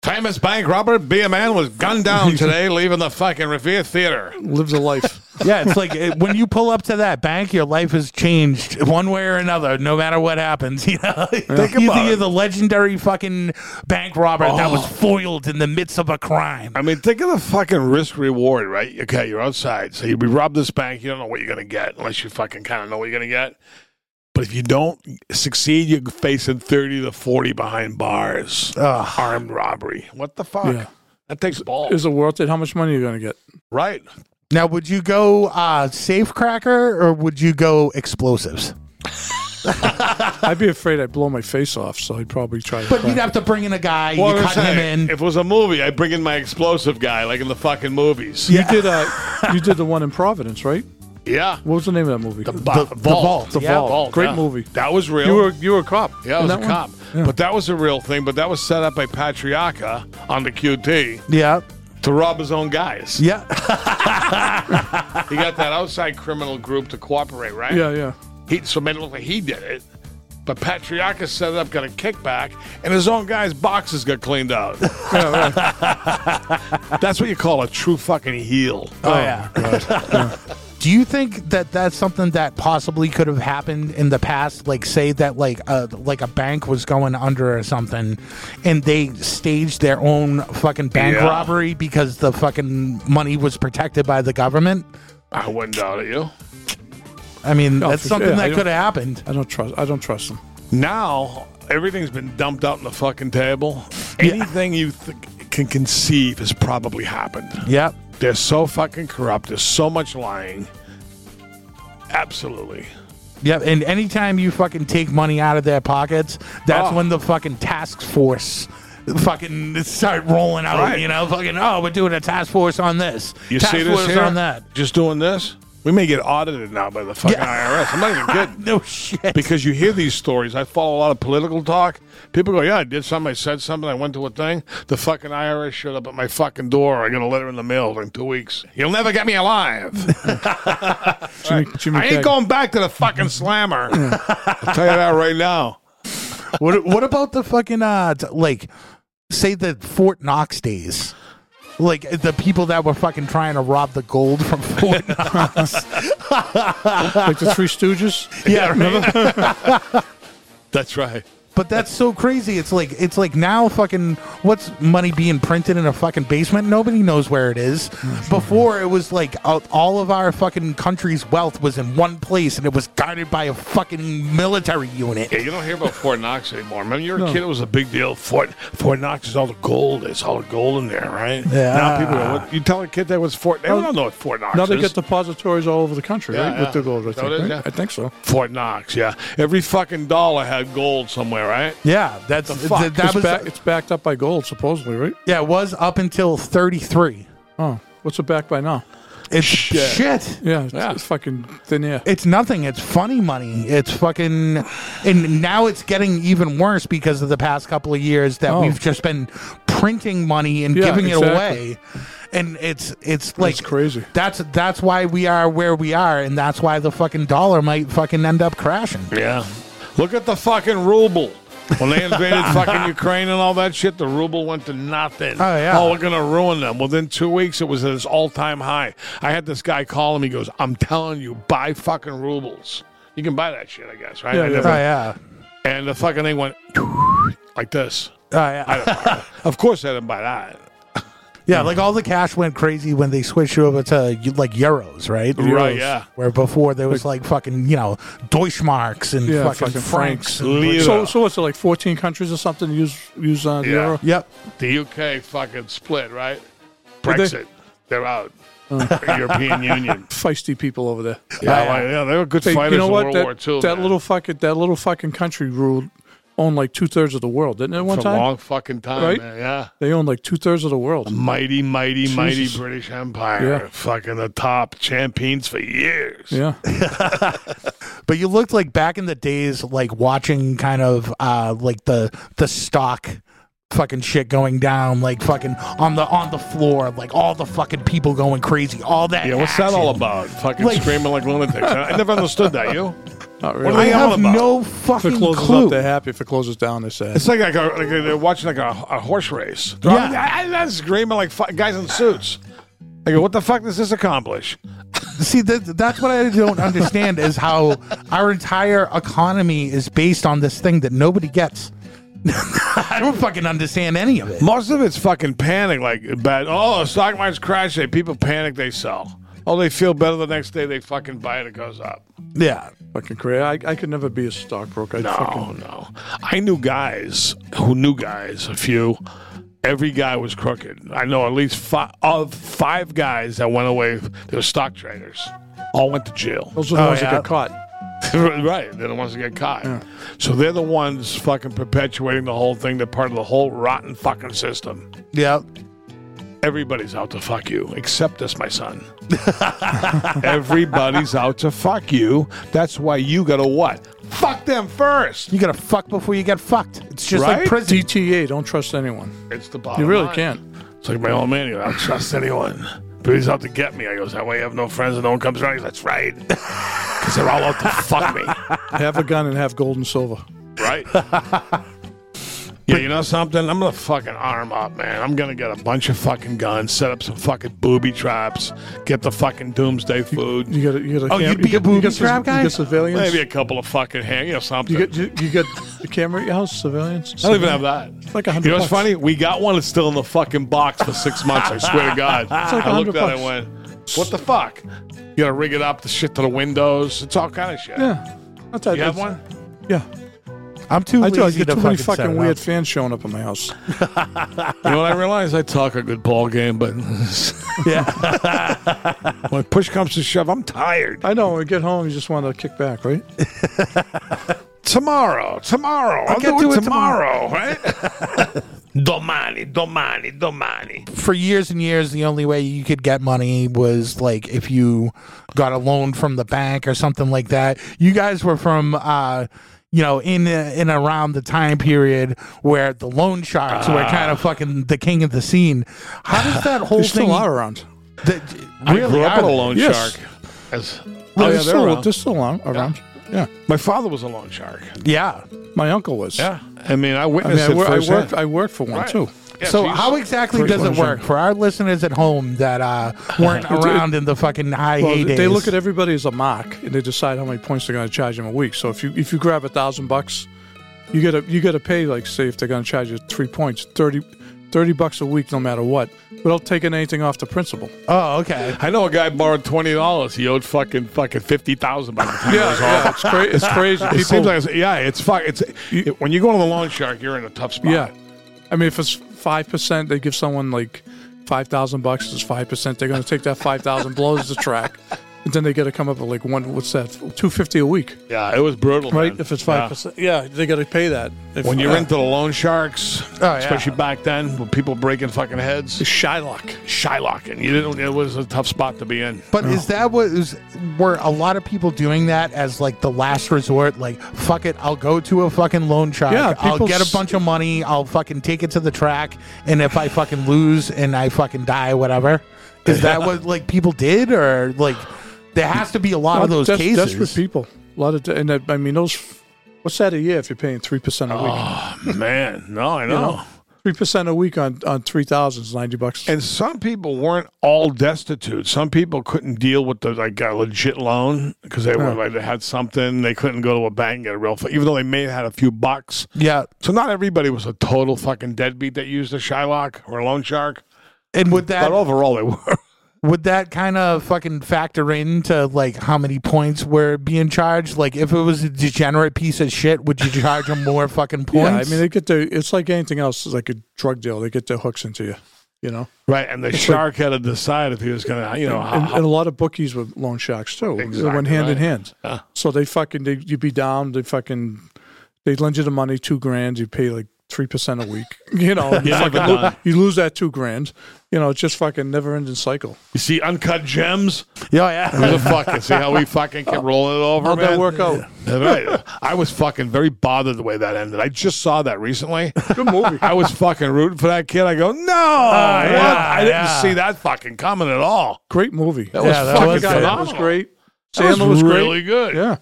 S3: Famous bank robber, be a man, was
S2: [LAUGHS]
S3: gunned down today, leaving the fucking Revere Theater.
S2: Lives a life.
S8: yeah, it's like it, when you pull up to that bank, your life has changed one way or another, no matter what happens. [LAUGHS] You know, think you
S3: about
S8: think
S3: it. Oh.
S8: of the legendary fucking bank robber that was foiled in the midst of a crime.
S3: I mean, think of the fucking risk reward, right? Okay, you're outside. So you we rob this bank, you don't know what you're going to get unless you fucking kind of know what you're going to get. [LAUGHS] But if you don't succeed, you're facing 30 to 40 behind bars. Armed robbery. What the fuck?
S2: Yeah.
S3: That takes balls.
S2: Is it worth it? How much money are you going to get?
S3: right.
S8: Now, would you go uh, safe cracker or would you go explosives?
S2: I'd be afraid I'd blow my face off, so I'd probably try to.
S8: But
S2: crack.
S8: you'd have to bring in a guy,
S3: Well,
S8: you
S3: I'm
S8: cut
S3: saying,
S8: him in.
S3: If it was a movie, I'd bring in my explosive guy, like in the fucking movies.
S2: you did uh, you did the one in Providence, right?
S3: Yeah.
S2: What was the name of that movie?
S3: The, vault.
S8: The Vault.
S2: The
S3: Yeah,
S2: Vault. Great
S3: yeah.
S2: movie.
S3: That was real.
S2: you were you were a cop.
S3: yeah, I
S2: in
S3: was a
S2: that one?
S3: cop. But that was a real thing. But that was set up by Patriarca on the QT
S8: yeah.
S3: to rob his own guys.
S8: Yeah.
S3: He got that outside criminal group to cooperate, right?
S2: Yeah, yeah.
S3: He, so made it look like he did it. But Patriarchus set it up, got a kickback, and his own guy's boxes got cleaned [LAUGHS] out. That's what you call a true fucking heel.
S8: Oh, yeah.
S2: [LAUGHS]
S8: Do you think that that's something that possibly could have happened in the past? Like, say that like a like a bank was going under or something, and they staged their own fucking bank
S3: Yeah.
S8: robbery because the fucking money was protected by the government.
S3: I wouldn't doubt it, you.
S8: I mean,
S2: Oh,
S8: that's
S2: for
S8: something
S2: sure. I
S8: that
S2: don't-
S8: could have happened.
S2: I don't trust. I don't trust him.
S3: Now everything's been dumped out on the fucking table. Anything you th- can conceive has probably happened.
S8: Yep.
S3: They're so fucking corrupt. There's so much lying. Absolutely.
S8: Yep. And anytime you fucking take money out of their pockets, that's
S3: Oh.
S8: when the fucking task force fucking start rolling out.
S3: Right.
S8: You know, fucking oh, we're doing a task force on this.
S3: You
S8: task
S3: see this
S8: force
S3: here?
S8: on that. [LAUGHS]
S3: Just doing this? We may get audited now by the fucking IRS. I'm not even kidding.
S8: No shit.
S3: because you hear these stories. I follow a lot of political talk. People go, "Yeah, I did something. I said something. I went to a thing. The fucking IRS showed up at my fucking door. I got a letter in the mail in two weeks. You'll never get me alive.
S2: Jimmy, Jimmy
S3: I ain't
S2: Craig.
S3: going back to the fucking slammer. I'll tell you that right now.
S8: what what about the fucking uh t- like say the Fort Knox days? Like the people that were fucking trying to rob the gold from [LAUGHS] Fort Knox.
S2: like the
S3: [LAUGHS]
S2: Three Stooges.
S8: yeah,
S3: That's right.
S8: But that's so crazy. It's like it's like now fucking what's money being printed in a fucking basement? Nobody knows where
S3: [LAUGHS]
S8: it is. Before it was like all- all of our fucking country's wealth was in one place and it was guarded by a fucking military unit.
S3: Yeah, you don't hear about Fort Knox anymore. When you were a kid, it was a big deal. Fort Fort Knox is all the gold. It's all the gold in there, right?
S8: Yeah.
S3: Now people go, what, you tell a kid that was Fort. They don't know what Fort Knox
S2: Oh, Now
S3: is.
S2: they get depositories all over the country,
S3: Yeah,
S2: right?
S3: yeah.
S2: With the gold, I
S3: Is that
S2: think.
S3: what it is?
S2: right? I
S3: Yeah.
S2: think so.
S3: Fort Knox, yeah. Every fucking dollar had gold somewhere, right?
S8: Yeah, that's
S3: The fuck?
S8: th- that
S2: it's,
S8: was
S2: back, it's backed up by gold, supposedly, right?
S8: yeah, it was up until 33.
S2: Oh, what's it backed by now?
S8: It's
S3: Shit.
S8: shit.
S2: Yeah, it's, it's fucking thin air.
S8: It's nothing. It's funny money. It's fucking, and now it's getting even worse because of the past couple of years that
S2: Oh.
S8: we've just been printing money and
S2: Yeah,
S8: giving
S2: exactly.
S8: it away, and it's it's like
S2: crazy.
S8: That's that's why we are where we are, and that's why the fucking dollar might fucking end up crashing.
S3: Yeah. Look at the fucking ruble. When they invaded fucking Ukraine and all that shit, the ruble went to nothing.
S8: Oh, yeah.
S3: Oh, we're going to ruin them. Within two weeks, it was at its all time high. I had this guy call him. He goes, I'm telling you, buy fucking rubles. You can buy that shit, I guess, right? I
S8: Oh
S3: never-
S8: yeah,
S3: And the fucking thing went like this.
S8: oh yeah,
S3: I don't- of course, I didn't buy that.
S8: [LAUGHS] yeah. Like all the cash went crazy when they switched over to like euros,
S3: Right,
S8: right? Euros,
S3: yeah.
S8: Where before there was like fucking you know Deutschmarks and
S2: Yeah,
S8: fucking,
S2: fucking
S8: francs.
S2: francs.
S8: and-
S3: Lira.
S2: So, so what's it like? Fourteen countries or something use use uh, the
S3: Yeah.
S2: euro?
S8: Yep.
S3: The UK fucking split, right?
S2: Did they?
S3: Brexit. They? are
S2: [LAUGHS]
S3: out. European Union.
S2: Feisty people over there.
S3: Yeah, like, yeah, they were good
S2: They-
S3: fighters
S2: you know
S3: in
S2: what?
S3: World
S2: that
S3: War II.
S2: that
S3: man.
S2: little fucking that little fucking country ruled owned like two thirds of the world, didn't it? One
S3: for a
S2: time
S3: long fucking time,
S2: Right?
S3: man. Yeah.
S2: they owned like two thirds of the world.
S3: Mighty, mighty, mighty
S2: Jesus.
S3: British Empire.
S2: Yeah.
S3: Fucking the top champions for years. [LAUGHS]
S2: Yeah,
S8: But you looked like back in the days, like watching kind of uh like the the stock fucking shit going down, like fucking on the on the floor, like all the fucking people going crazy, all that.
S3: Yeah, what's that all
S8: action.
S3: about? Fucking
S8: Like-
S3: screaming like lunatics. I I never understood that, you.
S2: not
S3: What
S2: really.
S3: are
S8: I
S3: they all
S8: have
S3: about?
S8: no
S2: if it
S8: fucking
S2: closes
S8: clue.
S2: up, they're happy. If it closes down, they're sad.
S3: It's like, like, a, like they're watching like a, a horse race. They're all-
S8: Yeah.
S3: I, I, that's screaming like fu- guys in suits. I go, what the fuck does this accomplish?
S8: See, that, that's what I don't understand is how our entire economy is based on this thing that nobody gets. [LAUGHS] I don't fucking understand any of it.
S3: Most of it's fucking panic, like bad. Oh, the stock market's crashing. People panic, they sell. Oh, they feel better the next day. They fucking buy it. It goes up.
S8: Yeah.
S2: fucking crazy. I, I could never be a stockbroker. I'd
S3: No,
S2: fucking,
S3: no. I knew guys who knew guys, a few. Every guy was crooked. I know at least five of five guys that went away. They were stock traders. All went to jail.
S2: those are the
S8: Oh,
S2: ones
S8: yeah.
S2: that get caught.
S3: [LAUGHS] right. They're the ones that get caught. So they're the ones fucking perpetuating the whole thing. They're part of the whole rotten fucking system.
S8: Yeah.
S3: Everybody's out to fuck you, except us,
S2: [LAUGHS]
S3: my son. Everybody's out to fuck you. That's why you gotta what? Fuck them first.
S8: You gotta fuck before you get fucked. It's just
S3: Right?
S8: like prison.
S2: DTA, don't trust anyone.
S3: It's the bottom.
S2: You really
S3: line.
S2: can't.
S3: It's like my old man. He goes, I don't trust anyone. But he's out to get me. I goes, that way I have no friends and no one comes around. He goes, that's right. [LAUGHS] because they're all out to fuck [LAUGHS] me.
S2: Have a gun and have gold and silver.
S3: right? yeah, you know something? I'm gonna fucking arm up, man. I'm gonna get a bunch of fucking guns, set up some fucking booby traps, get the fucking doomsday food.
S2: You got a, you got a
S8: Oh, you'd be
S2: you
S8: a booby
S2: you sus-
S8: trap guy?
S2: You got civilians.
S3: Maybe a couple of fucking hang, you know, something.
S2: you got you, you got the camera at your house. Civilians.
S3: I don't even have that.
S2: It's like a hundred
S3: You know what's
S2: bucks.
S3: funny? We got one that's still in the fucking box for [LAUGHS] six months. I swear to God.
S2: like a
S3: I
S2: hundred
S3: looked at
S2: bucks.
S3: it and went, "What the fuck? You gotta rig it up, the shit to the windows. It's all kind of shit."
S2: Yeah. Not that-
S3: You have
S2: it's-
S3: one?
S2: Yeah.
S8: I'm too
S2: I
S8: lazy
S2: do. I get
S8: to
S2: too
S8: fucking,
S2: many
S8: set
S2: fucking
S8: it
S2: weird
S8: up.
S2: fans showing up at my house.
S3: You know what [LAUGHS] I realized? I talk a good ball game, [LAUGHS] but
S8: Yeah.
S3: [LAUGHS] when push comes to shove, I'm tired.
S2: I know. When we get home, you just want to kick back, right?
S3: tomorrow, tomorrow. I'll,
S8: get
S3: do,
S8: to
S3: it
S8: it
S3: tomorrow, right? [LAUGHS] domani, domani, domani.
S8: For years and years, the only way you could get money was like if you got a loan from the bank or something like that. You guys were from, uh, you know, in in around the time period where the loan sharks were kind of fucking the king of the scene. How
S2: [SIGHS]
S8: does that
S2: Ah.
S8: whole
S2: There's
S8: thing?
S2: still are around. Oh,
S8: that-
S3: I
S8: really
S3: grew up
S8: are
S3: with a
S8: they?
S3: loan
S2: Yes.
S3: shark. As,
S2: Oh,
S3: yeah,
S2: yeah,
S3: they're
S2: still,
S3: around.
S2: there's still around. around. Yeah.
S3: my father was a loan shark.
S8: Yeah.
S2: My uncle was.
S3: I mean, I
S2: I mean,
S3: witnessed
S2: I, wor-
S3: it
S2: I
S3: firsthand.
S2: worked. I worked for one
S3: Right.
S2: too.
S3: Yeah,
S8: so
S3: you-
S8: how exactly
S2: First
S8: does it
S2: one's in.
S8: work for our listeners at home that uh,
S2: [LAUGHS]
S8: weren't around in the fucking high
S2: Well,
S8: heydays?
S2: they look at everybody as a mock, and they decide how many points they're going to charge them a week. So if you if you grab a thousand bucks, you gotta you gotta pay like say if they're going to charge you three points, 30, 30 bucks a week, no matter what, without taking anything off the principal.
S8: Oh, okay.
S3: I know a guy borrowed twenty dollars. He owed fucking fucking fifty thousand by the time it was
S2: [LAUGHS]
S3: all.
S2: it's, cra- it's crazy.
S3: [LAUGHS] It
S2: People-
S3: seems like it's, yeah, it's fuck. It's
S2: You-
S3: when you go to the loan shark, you're in a tough spot.
S2: yeah, I mean if it's five percent, they give someone like five thousand bucks. It's five percent. They're going to take that five thousand blows the track, and then they got to come up with like one. What's that? Two fifty a week,
S3: yeah, it was brutal.
S2: right?
S3: man.
S2: If it's
S3: Yeah.
S2: five percent, yeah, they got to pay that. If- uh,
S3: When you're
S2: yeah.
S3: into the loan sharks,
S8: yeah.
S3: especially back then, with people breaking fucking heads,
S2: Shylock.
S3: Shylock, and you didn't. It was a tough spot to be in.
S8: But is
S2: Oh.
S8: that what is were a lot of people doing that as like the last resort? Like, fuck it, I'll go to a fucking loan shark.
S2: Yeah,
S8: I'll
S2: people
S8: get
S2: s-
S8: a bunch of money. I'll fucking take it to the track, and if I fucking lose and I fucking die, whatever. Is that what like people did, or like there has to be a lot of those
S2: Des-
S8: cases?
S2: Desperate people. A lot of, de- and that, I mean, those. What's that a year if you're paying three percent a week?
S3: Man, Oh, no, I know.
S2: Three percent a week on on three thousand is ninety bucks.
S3: And some people weren't all destitute. Some people couldn't deal with the like a legit loan because they were like they had something. They couldn't go to a bank and get a real, fu- even though they may have had a few bucks.
S8: Yeah,
S3: So not everybody was a total fucking deadbeat that used a Shylock or a loan shark,
S8: and would that
S3: but overall they were. [LAUGHS]
S8: would that kind of fucking factor into like how many points were being charged? Like, if it was a degenerate piece of shit, would you charge them more fucking points?
S2: yeah, I mean, they get their. It's like anything else. It's like a drug deal. They get their hooks into you. You know,
S3: Right, and the shark had to decide if he was gonna, you know,
S2: and, and a lot of bookies with loan sharks too. they went hand in hand. So they fucking they, you'd be down. They fucking they lend you the money two grand. You pay like three percent a week. [LAUGHS] You
S3: [LAUGHS]
S2: know, you,
S3: never
S2: fucking lo-
S3: done.
S2: you lose that two grand. You know, it's just fucking never ending cycle.
S3: you see uncut gems.
S8: yeah, yeah.
S3: Who the fuck can see how we fucking kept rolling it over?
S2: How'd that
S3: man?
S2: work out?
S3: All right. I was fucking very bothered the way that ended. I just saw that recently.
S2: Good movie. Ah,
S3: I was fucking rooting for that kid. I go, no, what?
S8: yeah,
S3: I didn't
S8: yeah.
S3: see that fucking coming at all.
S2: Great movie. That
S8: was Yeah, that fucking was good.
S2: That was
S3: phenomenal.
S2: great.
S3: That was,
S2: Sandler was great.
S3: really good.
S2: Yeah.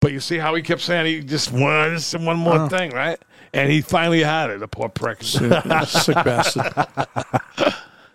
S3: But you see how he kept saying he just wanted this and one
S2: Uh-huh.
S3: more thing, right? And he finally had it. The poor prick. [LAUGHS]
S2: Sick bastard.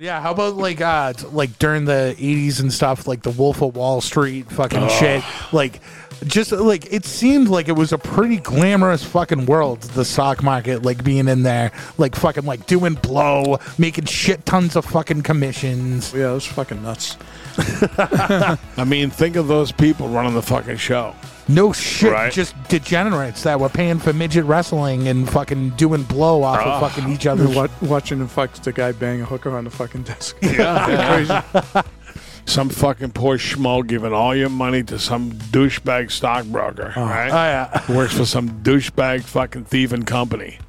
S8: Yeah, how about like uh t- like during the eighties and stuff, like the Wolf of Wall Street fucking shit. Like just like it seemed like it was a pretty glamorous fucking world, the stock market, like being in there, like fucking like doing blow, making shit tons of fucking commissions.
S2: Yeah, it was fucking nuts.
S3: I mean, think of those people running the fucking show.
S8: No shit,
S3: Right.
S8: just degenerates that were paying for midget wrestling and fucking doing blow off of fucking each other.
S2: Wa- watching the fuck the guy bang a hooker on the fucking
S3: [LAUGHS]
S2: desk.
S3: Some fucking poor schmo giving all your money to some douchebag stockbroker, right?
S8: yeah.
S3: Works for some douchebag fucking thieving company.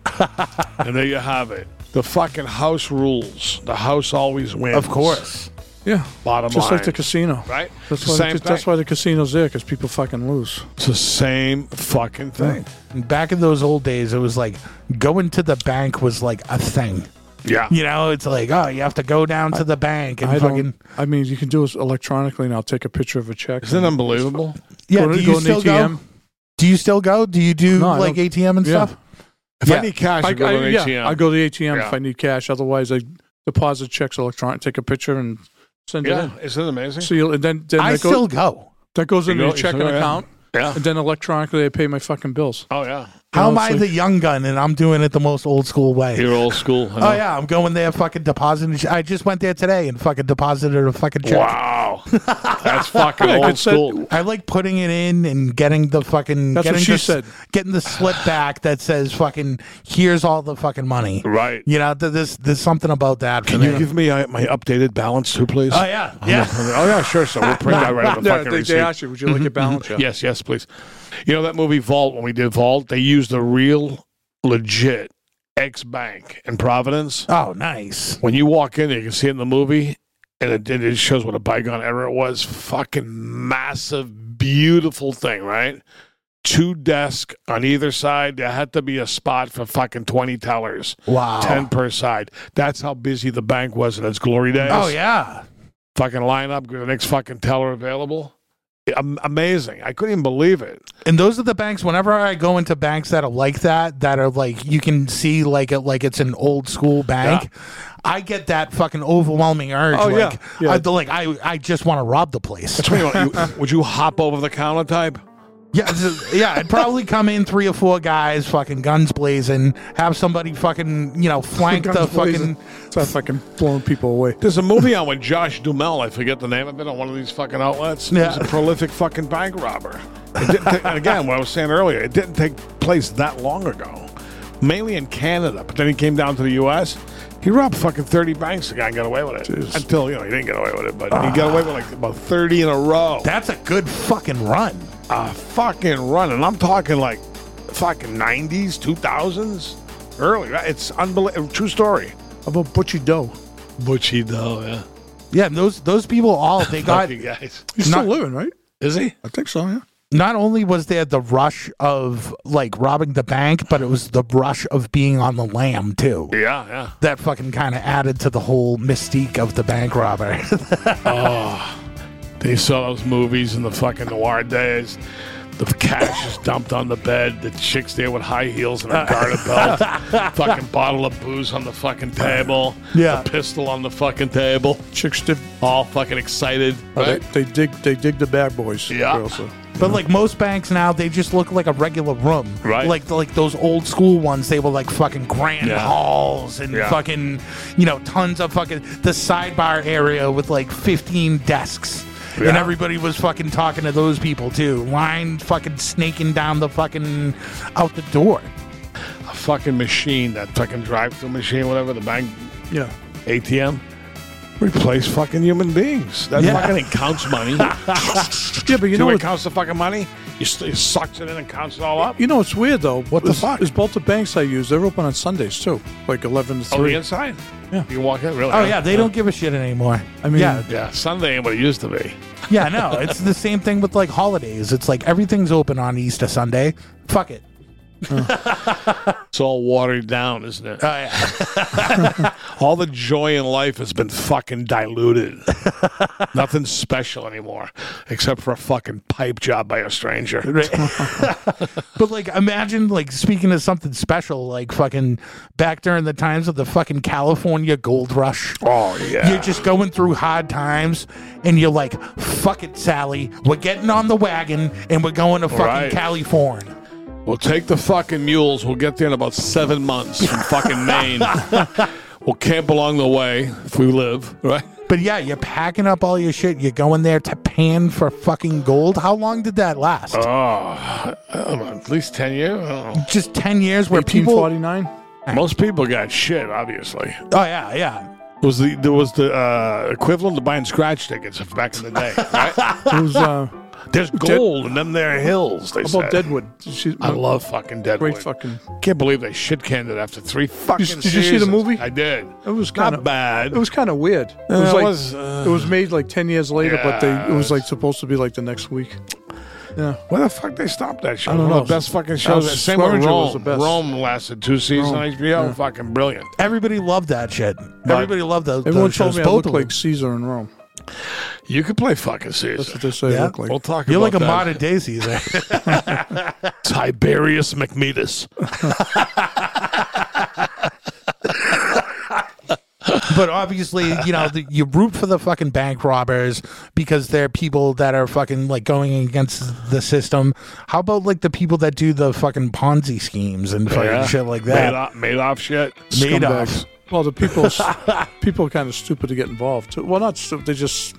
S3: and there you have it. The fucking house rules. The house always wins.
S8: Of course.
S2: Yeah.
S3: Bottom
S2: Just
S3: line.
S2: like the casino.
S3: Right?
S2: That's
S3: It's
S2: why,
S3: the same
S2: the, ca- that's
S3: thing.
S2: why the casino's there, because people fucking lose.
S3: It's the same fucking thing.
S8: Back in those old days, it was like going to the bank was like a thing.
S3: Yeah.
S8: You know, it's like, oh, you have to go down to the bank and
S2: I
S8: fucking.
S2: don't. I mean, you can do it electronically, and I'll take a picture of a check.
S3: Isn't it unbelievable?
S8: Yeah,
S2: Go to-
S8: do
S2: go
S8: you
S2: to
S8: still
S2: ATM?
S8: go? Do you still go? Do you do
S2: No, I
S8: like
S2: don't-
S8: ATM and
S2: Yeah.
S8: stuff?
S3: If
S8: Yeah.
S3: I need cash, I,
S2: I,
S3: go
S2: I,
S3: to an
S2: yeah,
S3: ATM.
S2: I go to the ATM if
S3: Yeah.
S2: I need cash. Otherwise, I deposit checks electronic, take a picture, and send
S3: yeah.
S2: it
S3: Isn't it amazing?
S2: in. So you'll, and then, then
S8: I
S2: that,
S8: still
S2: goes,
S8: go.
S2: that goes
S3: You
S2: into
S3: go-
S2: your
S3: you
S2: checking
S3: still go, yeah.
S2: account,
S3: yeah.
S2: and then electronically I pay my fucking bills.
S3: Oh yeah.
S8: How am
S2: it's
S8: I
S2: like-
S8: the young gun and I'm doing it the most old school way?
S3: You're old school. I
S8: Oh
S3: know.
S8: yeah, I'm going there fucking depositing. sh- I just went there today and fucking deposited a fucking check.
S3: Wow. That's fucking
S2: I
S3: old
S2: could say-
S3: school.
S8: I like putting it in and getting the fucking.
S2: That's what
S8: getting
S2: she
S8: the s-
S2: said.
S8: Getting the slip back that says fucking. Here's all the fucking money.
S3: Right.
S8: You know, th- there's there's something about that. for
S3: Can
S8: me.
S3: you give me uh, my updated balance too, please?
S8: Oh yeah, yeah.
S3: Oh yeah, sure. So we'll print that
S2: [LAUGHS]
S3: right on the
S2: Yeah,
S3: fucking
S2: they,
S3: receipt. Mm-hmm.
S2: they ask you, would you like your balance? Yeah.
S3: Yes, yes, please. You know that movie Vault? When we did Vault, they used the real, legit X Bank in Providence.
S8: Oh nice.
S3: When you walk in, you can see it in the movie, and it, and it shows what a bygone era it was. Fucking massive, beautiful thing, right? Two desks on either side. There had to be a spot for fucking twenty tellers,
S8: Wow.
S3: ten per side. That's how busy the bank was in its glory days
S8: Oh yeah.
S3: fucking line up, the next fucking teller available. Am- amazing. I couldn't even believe it.
S8: And those are the banks. Whenever I go into banks that are like that, that are like you can see like it, like it's an old school bank. I get that fucking overwhelming urge.
S2: Oh, yeah.
S8: like,
S2: Yeah.
S8: I, like I, I just want to rob the place.
S3: That's what you want. [LAUGHS] You- would you hop over the counter type?
S8: Yeah, this is- yeah. I'd probably come in three or four guys, fucking guns blazing, have somebody fucking
S2: [LAUGHS]
S8: you know flank the
S2: Guns blazing.
S8: fucking.
S2: Start fucking blowing people away.
S3: There's a movie on with Josh Dumel. I forget the name of it on one of these fucking outlets.
S8: Yeah.
S3: He's a prolific fucking bank robber. It didn't take, and again, what I was saying earlier, it didn't take place that long ago, mainly in Canada. But then he came down to the U.S. He robbed fucking 30 banks. The guy got away with it until you know he didn't get away with it, but he got away with like about 30 in a row.
S8: That's a good fucking run.
S3: a fucking run, and I'm talking like fucking 90s, 2000s, early. right? It's unbelievable. True story.
S2: How about Butchie Doe?
S3: Butchie though, yeah.
S8: Yeah, and those those people
S2: [LAUGHS]
S8: all they got.
S3: Fucking guys.
S2: He's
S8: Not-
S2: still living, right?
S3: Is he?
S2: I think so. Yeah.
S8: Not only was there the rush of like robbing the bank, but it was the rush of being on the lam too.
S3: Yeah, yeah.
S8: That fucking kind of added to the whole mystique of the bank robber. [LAUGHS]
S3: They saw those movies in the fucking noir days. The cash is dumped on the bed. The chick's there with high heels and a garter belt. fucking bottle of booze on the fucking table.
S8: Yeah.
S3: A pistol on the fucking table.
S2: Chicks did.
S3: All fucking excited.
S2: oh,
S3: Right?
S2: they, they dig. They dig the bad boys.
S3: Yeah.
S2: girls, so.
S8: But like most banks now, they just look like a regular room.
S3: Right.
S8: Like like those old school ones, they were like fucking grand
S3: Yeah.
S8: halls and
S3: Yeah.
S8: fucking you know tons of fucking the sidebar area with like fifteen desks. And
S3: Yeah.
S8: everybody was fucking talking to those people too. Line fucking snaking down the fucking out the door.
S3: A fucking machine, that fucking drive through machine, whatever, the bank
S2: Yeah.
S3: ATM. Replace fucking human beings. That
S8: Yeah.
S3: fucking thing counts money.
S2: Yeah, but you
S3: you
S2: know
S3: know it
S2: what?
S3: counts the fucking money? You, st- it sucks it in and counts it all up.
S2: You know what's weird though? What
S3: the fuck?
S2: Is both the banks I use they're open on Sundays too, like eleven to
S3: On the
S2: three.
S3: inside.
S2: Yeah.
S3: You can walk in, really.
S8: Oh yeah, they don't give a shit anymore.
S2: I mean,
S8: yeah,
S3: Yeah, Sunday ain't what it used to be.
S8: yeah, no, it's the same thing with like holidays. It's like everything's open on Easter Sunday. Fuck it.
S3: It's all watered down, isn't it?
S8: Oh yeah.
S3: [LAUGHS] All the joy in life has been fucking [LAUGHS] diluted. Nothing special anymore, except for a fucking pipe job by a stranger.
S8: But like, imagine like speaking of something special, like fucking back during the times of the fucking California Gold Rush.
S3: [LAUGHS] Oh yeah.
S8: You're just going through hard times, and you're like, "Fuck it, Sally. We're getting on the wagon, and we're going to fucking
S3: Right.
S8: California."
S3: We'll take the fucking mules. We'll get there in about seven months from fucking [LAUGHS] Maine. we'll camp along the way if we live, right?
S8: But yeah, you're packing up all your shit. You're going there to pan for fucking gold. How long did that last?
S3: Oh, I don't know, at least 10 years. I don't know.
S8: just ten years where people. Oh
S2: 1849.
S3: Most people got shit, obviously.
S8: yeah, yeah.
S3: Was the There was the uh, equivalent to buying scratch tickets back in
S2: [LAUGHS]
S3: the day, right?
S2: It was uh,
S3: There's gold in them there hills, they
S2: how
S3: said.
S2: about Deadwood. She,
S3: I love fucking Deadwood.
S2: great fucking.
S3: Can't believe they shit canned it after three fucking
S2: did you see the
S3: seasons.
S2: movie?
S3: I did.
S2: It was
S3: Not
S2: kind of
S3: bad.
S2: It was kind of weird. It was
S3: it
S2: like
S3: was, uh,
S2: it was made like ten years later, but they it was
S3: yes.
S2: like supposed to be like the next week. Yeah.
S3: Where the fuck they stopped that show?
S2: I don't
S3: One of
S2: know.
S3: the best fucking shows.
S2: Al
S3: Same with
S2: Swearinger was
S3: Rome.
S2: the best.
S3: Rome lasted two seasons on
S2: Rome,
S3: HBO. Fucking brilliant.
S8: Everybody loved that shit. Everybody loved those.
S2: Everyone
S8: those
S2: told
S8: shows,
S2: me I
S8: both
S2: looked
S8: of them.
S2: like Caesar in Rome.
S3: You could play fucking Caesar.
S2: That's what they say
S8: Yeah.
S2: I look like.
S3: We'll talk
S8: You're
S3: about
S8: like a
S3: that.
S8: modern daisy. There.
S3: [LAUGHS] Tiberius McMetis.
S8: but obviously, you know, the, you root for the fucking bank robbers because they're people that are fucking like going against the system. How about like the people that do the fucking Ponzi schemes and fucking shit like that?
S3: Madoff, Madoff shit.
S8: Madoff.
S3: Scumbags.
S2: Well, the people
S3: [LAUGHS]
S2: people are kind of stupid to get involved. Too. Well, not stupid. They're just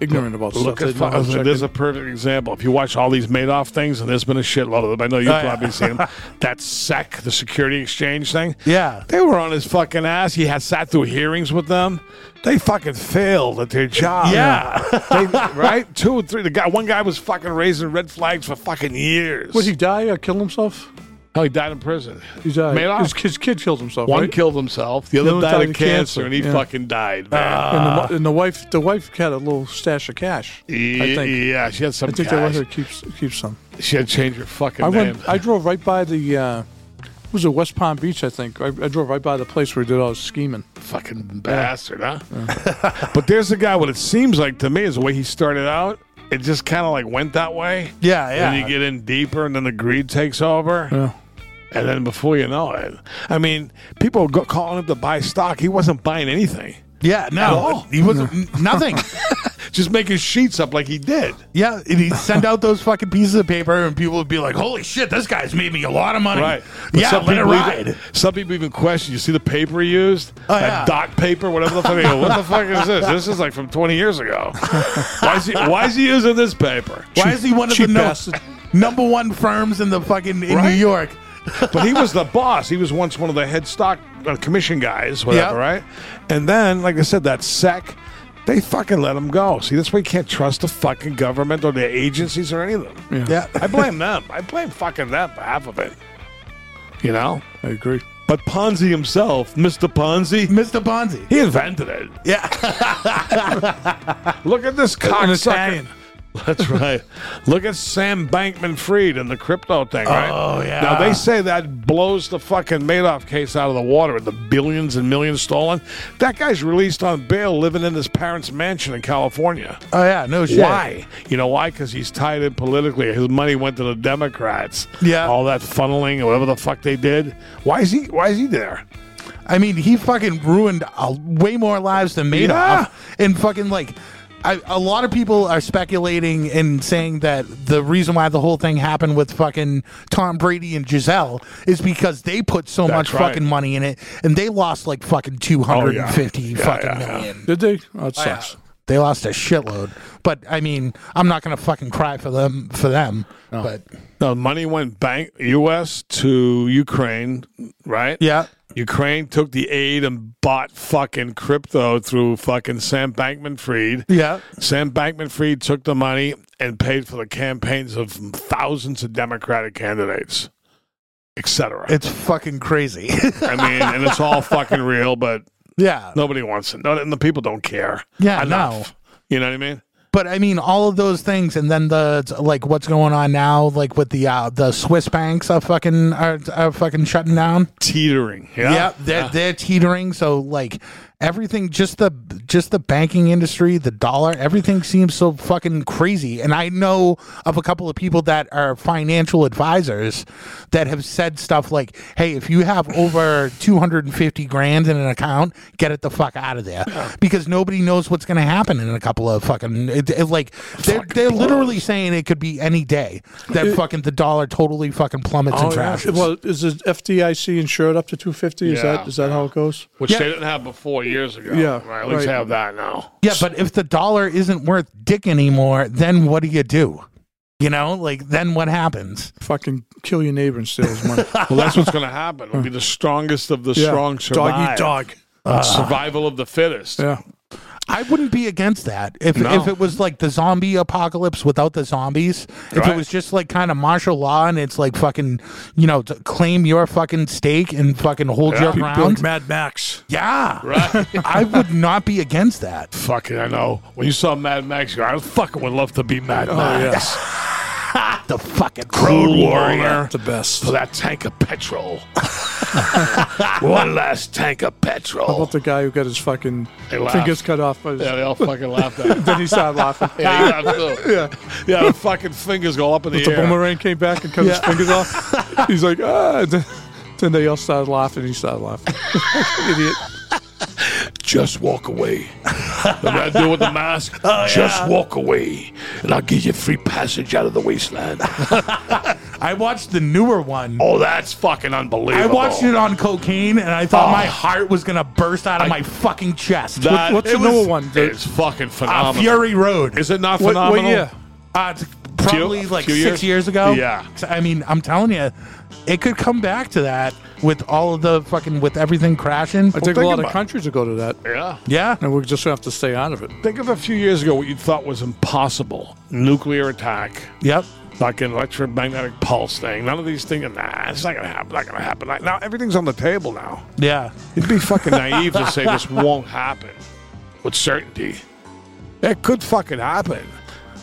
S2: ignorant about
S3: Look
S2: stuff.
S3: at
S2: They don't know how to
S3: fucking,
S2: check
S3: there's
S2: it.
S3: a perfect example. If you watch all these Madoff things, and there's been a shitload of them. I know you've
S8: Oh, yeah.
S3: probably
S2: [LAUGHS]
S3: seen them. That SEC, the Security Exchange thing.
S8: Yeah.
S3: They were on his fucking ass. He had sat through hearings with them. They fucking failed at their job.
S8: Yeah.
S3: [LAUGHS] They- right? Two or three. The guy, one guy was fucking raising red flags for fucking years.
S2: Would he die or kill himself?
S3: Oh, he died in prison.
S2: He died.
S3: Madoff.
S2: His, his kid killed himself.
S3: One
S2: right?
S3: killed himself. The other
S2: other
S3: died
S2: died
S3: of
S2: of
S3: cancer,
S2: cancer,
S3: and he
S2: yeah. Ah.
S3: fucking died. Man.
S2: and, the, mo- and the wife, the wife had a little stash of cash. I think.
S3: Yeah, she had some.
S2: I think they let
S3: cash.
S2: her keep keep some.
S3: She had changed her fucking
S2: I
S3: name.
S2: went. I drove right by the. Uh, it was it West Palm Beach? I think I, I drove right by the place where he did all his scheming.
S3: fucking bastard, huh? [LAUGHS] but there's the guy. What it seems like to me is the way he started out. It just kind of like went that way.
S8: Yeah, yeah.
S3: And you get in deeper, and then the greed takes over. And then before you know it, I mean, people go calling him to buy stock. He wasn't buying anything.
S8: yeah,
S3: all.
S8: no, he
S3: [LAUGHS]
S8: wasn't nothing.
S3: Just making sheets up like he did.
S8: Yeah, and he'd send out those fucking pieces of paper, and people would be like, "Holy shit, this guy's made me a lot of money."
S3: Right.
S8: yeah, let it
S3: people
S8: ride.
S3: Even, some people even question. You see the paper he used?
S8: Oh,
S3: that
S8: yeah.
S3: dock paper, whatever the fuck. they go, what the fuck is this? This is like from 20 years
S8: [LAUGHS]
S3: ago. why, is he, why is he using this paper?
S8: Why is he one of the
S2: cheap
S8: no,
S2: bastard.
S8: number one firms in the fucking in
S3: Right?
S8: New York?
S3: but he was the boss. He was once one of the head stock uh, commission guys, whatever,
S8: Yeah.
S3: right? And then, like I said, that SEC, they fucking let him go. See, that's why you can't trust the fucking government or their agencies or any of them.
S8: Yeah. [LAUGHS]
S3: I blame them. I blame fucking them for half of it. You know?
S2: I agree.
S3: But Ponzi himself, Mr. Ponzi,
S8: Mr. Bonzi.
S3: he invented it. [LAUGHS]
S8: Yeah,
S3: Look at this
S8: An
S3: cocksucker.
S8: Italian.
S3: That's right. Look at Sam Bankman Fried and the crypto thing, right?
S8: Oh, yeah.
S3: Now, they say that blows the fucking Madoff case out of the water with the billions and millions stolen. That guy's released on bail living in his parents' mansion in California.
S8: Oh yeah, no shit.
S3: Why? You know why? Because he's tied in politically. His money went to the Democrats.
S8: Yeah.
S3: All that funneling or whatever the fuck they did. Why is he? Why is he there?
S8: I mean, he fucking ruined uh, way more lives than Madoff,
S3: Yeah.
S8: and fucking like. I, a lot of people are speculating and saying that the reason why the whole thing happened with fucking Tom Brady and Giselle is because they put so
S3: That's
S8: much
S3: right. Oh,
S8: fucking money in it and they lost like fucking 250
S3: Yeah,
S8: fucking
S3: yeah, yeah.
S8: million.
S2: Did they? Oh, it sucks.
S8: They lost a shitload. But I mean, I'm not going to fucking cry for them for them. But
S3: No, money went bank U.S. to Ukraine, right?
S8: yeah.
S3: Ukraine took the aid and bought fucking crypto through fucking Sam Bankman Fried.
S8: Yeah.
S3: Sam Bankman Fried took the money and paid for the campaigns of thousands of Democratic candidates, etc.
S8: It's fucking crazy. [LAUGHS]
S3: I mean, and it's all fucking real, but
S8: yeah.
S3: nobody wants it. No, and the people don't care.
S8: Yeah,
S3: Enough. You know what I mean?
S8: but I mean, all of those things, and then the like, what's going on now, like with the uh, the Swiss banks are fucking are, are fucking shutting down.
S3: Teetering. Yeah.
S8: they're they're teetering. So like everything, just the just the banking industry, the dollar, everything seems so fucking crazy. And I know of a couple of people that are financial advisors that have said stuff like, "Hey, if you have over [LAUGHS] two hundred and fifty grand in an account, get it the fuck out of there," because nobody knows what's going to happen in a couple of fucking it, it, like they're they're literally saying it could be any day that fucking the dollar totally fucking plummets
S3: Oh,
S8: and crashes.
S2: Oh, Well, is the FDIC insured up to 250? Is
S3: Yeah.
S2: that is that how it goes?
S3: Which
S8: Yeah.
S3: they didn't have before years ago.
S2: Yeah,
S3: Right, at least
S2: right.
S3: have that now.
S8: Yeah, but if the dollar isn't worth dick anymore, then what do you do? You know, like then what happens?
S2: Fucking kill your neighbor and steal his money.
S3: [LAUGHS] Well, that's what's going to happen. It'll be the strongest of the
S2: Yeah.
S3: strong
S2: dog
S3: survive.
S2: eat dog.
S3: Survival of the fittest.
S2: Yeah.
S8: I wouldn't be against that if
S3: No.
S8: if it was like the zombie apocalypse without the zombies. If
S3: Right.
S8: it was just like kind of martial law and it's like fucking, you know, to claim your fucking stake and fucking hold
S3: Yeah.
S8: your
S3: People
S8: ground.
S2: Mad Max.
S8: yeah,
S3: Right.
S8: [LAUGHS] I would not be against that.
S2: Oh,
S3: Fucking, I know. When you saw Mad Max, you go, I fucking would love to be Mad Max.
S8: Ha! the fucking
S3: Road
S8: road
S2: Oh,
S3: warrior.
S2: The best.
S3: For that tank of petrol. [LAUGHS] One last tank of petrol.
S2: How about the guy who got his fucking
S3: They laugh.
S2: fingers cut off? By his,
S3: Yeah, they all fucking laughed at
S2: [LAUGHS]
S3: him.
S2: Then he started laughing.
S3: [LAUGHS] Yeah, yeah, so- yeah, the fucking fingers go up in the,
S2: The
S3: air.
S2: boomerang came back and cut his fingers
S3: [LAUGHS]
S2: off. He's like, ah. and Then, then they all started laughing. He started
S3: [LAUGHS]
S2: laughing. Idiot.
S3: Just walk away. Remember that dude with
S2: [LAUGHS]
S3: the mask?
S2: Oh,
S3: Just walk away, and I'll give you free passage out of the wasteland.
S8: I watched the newer one.
S3: oh, that's fucking unbelievable.
S8: I watched it on cocaine, and I thought
S3: Oh.
S8: my heart was gonna burst out of
S3: I-
S8: my fucking chest.
S3: That-
S2: what's
S3: it
S2: the newer
S3: was-
S2: one, dude?
S3: It's fucking
S8: uh,
S3: phenomenal.
S8: Fury Road.
S3: Ah, Is it
S2: [LAUGHS]
S3: not
S2: What,
S3: phenomenal?
S2: what year?
S8: Uh, it's probably
S3: Few-
S8: like
S3: few
S8: six
S3: years?
S8: years? ago.
S3: Yeah.
S8: I mean, I'm telling you, it could come back to that with all of the fucking with everything crashing.
S2: I think a
S3: think
S2: lot
S3: about
S2: of
S3: it.
S2: countries will go to that,
S3: Yeah.
S8: Yeah.
S2: and we're just gonna have to stay out of it.
S3: Think of a few years ago what you thought was impossible: nuclear attack,
S8: Yep.
S3: fucking electromagnetic pulse thing. None of these things. Nah, it's not gonna happen. Not gonna happen. Like, Now everything's on the table. Now
S8: Yeah.
S3: it'd be fucking naive to say [LAUGHS] this won't happen with certainty. It could fucking happen.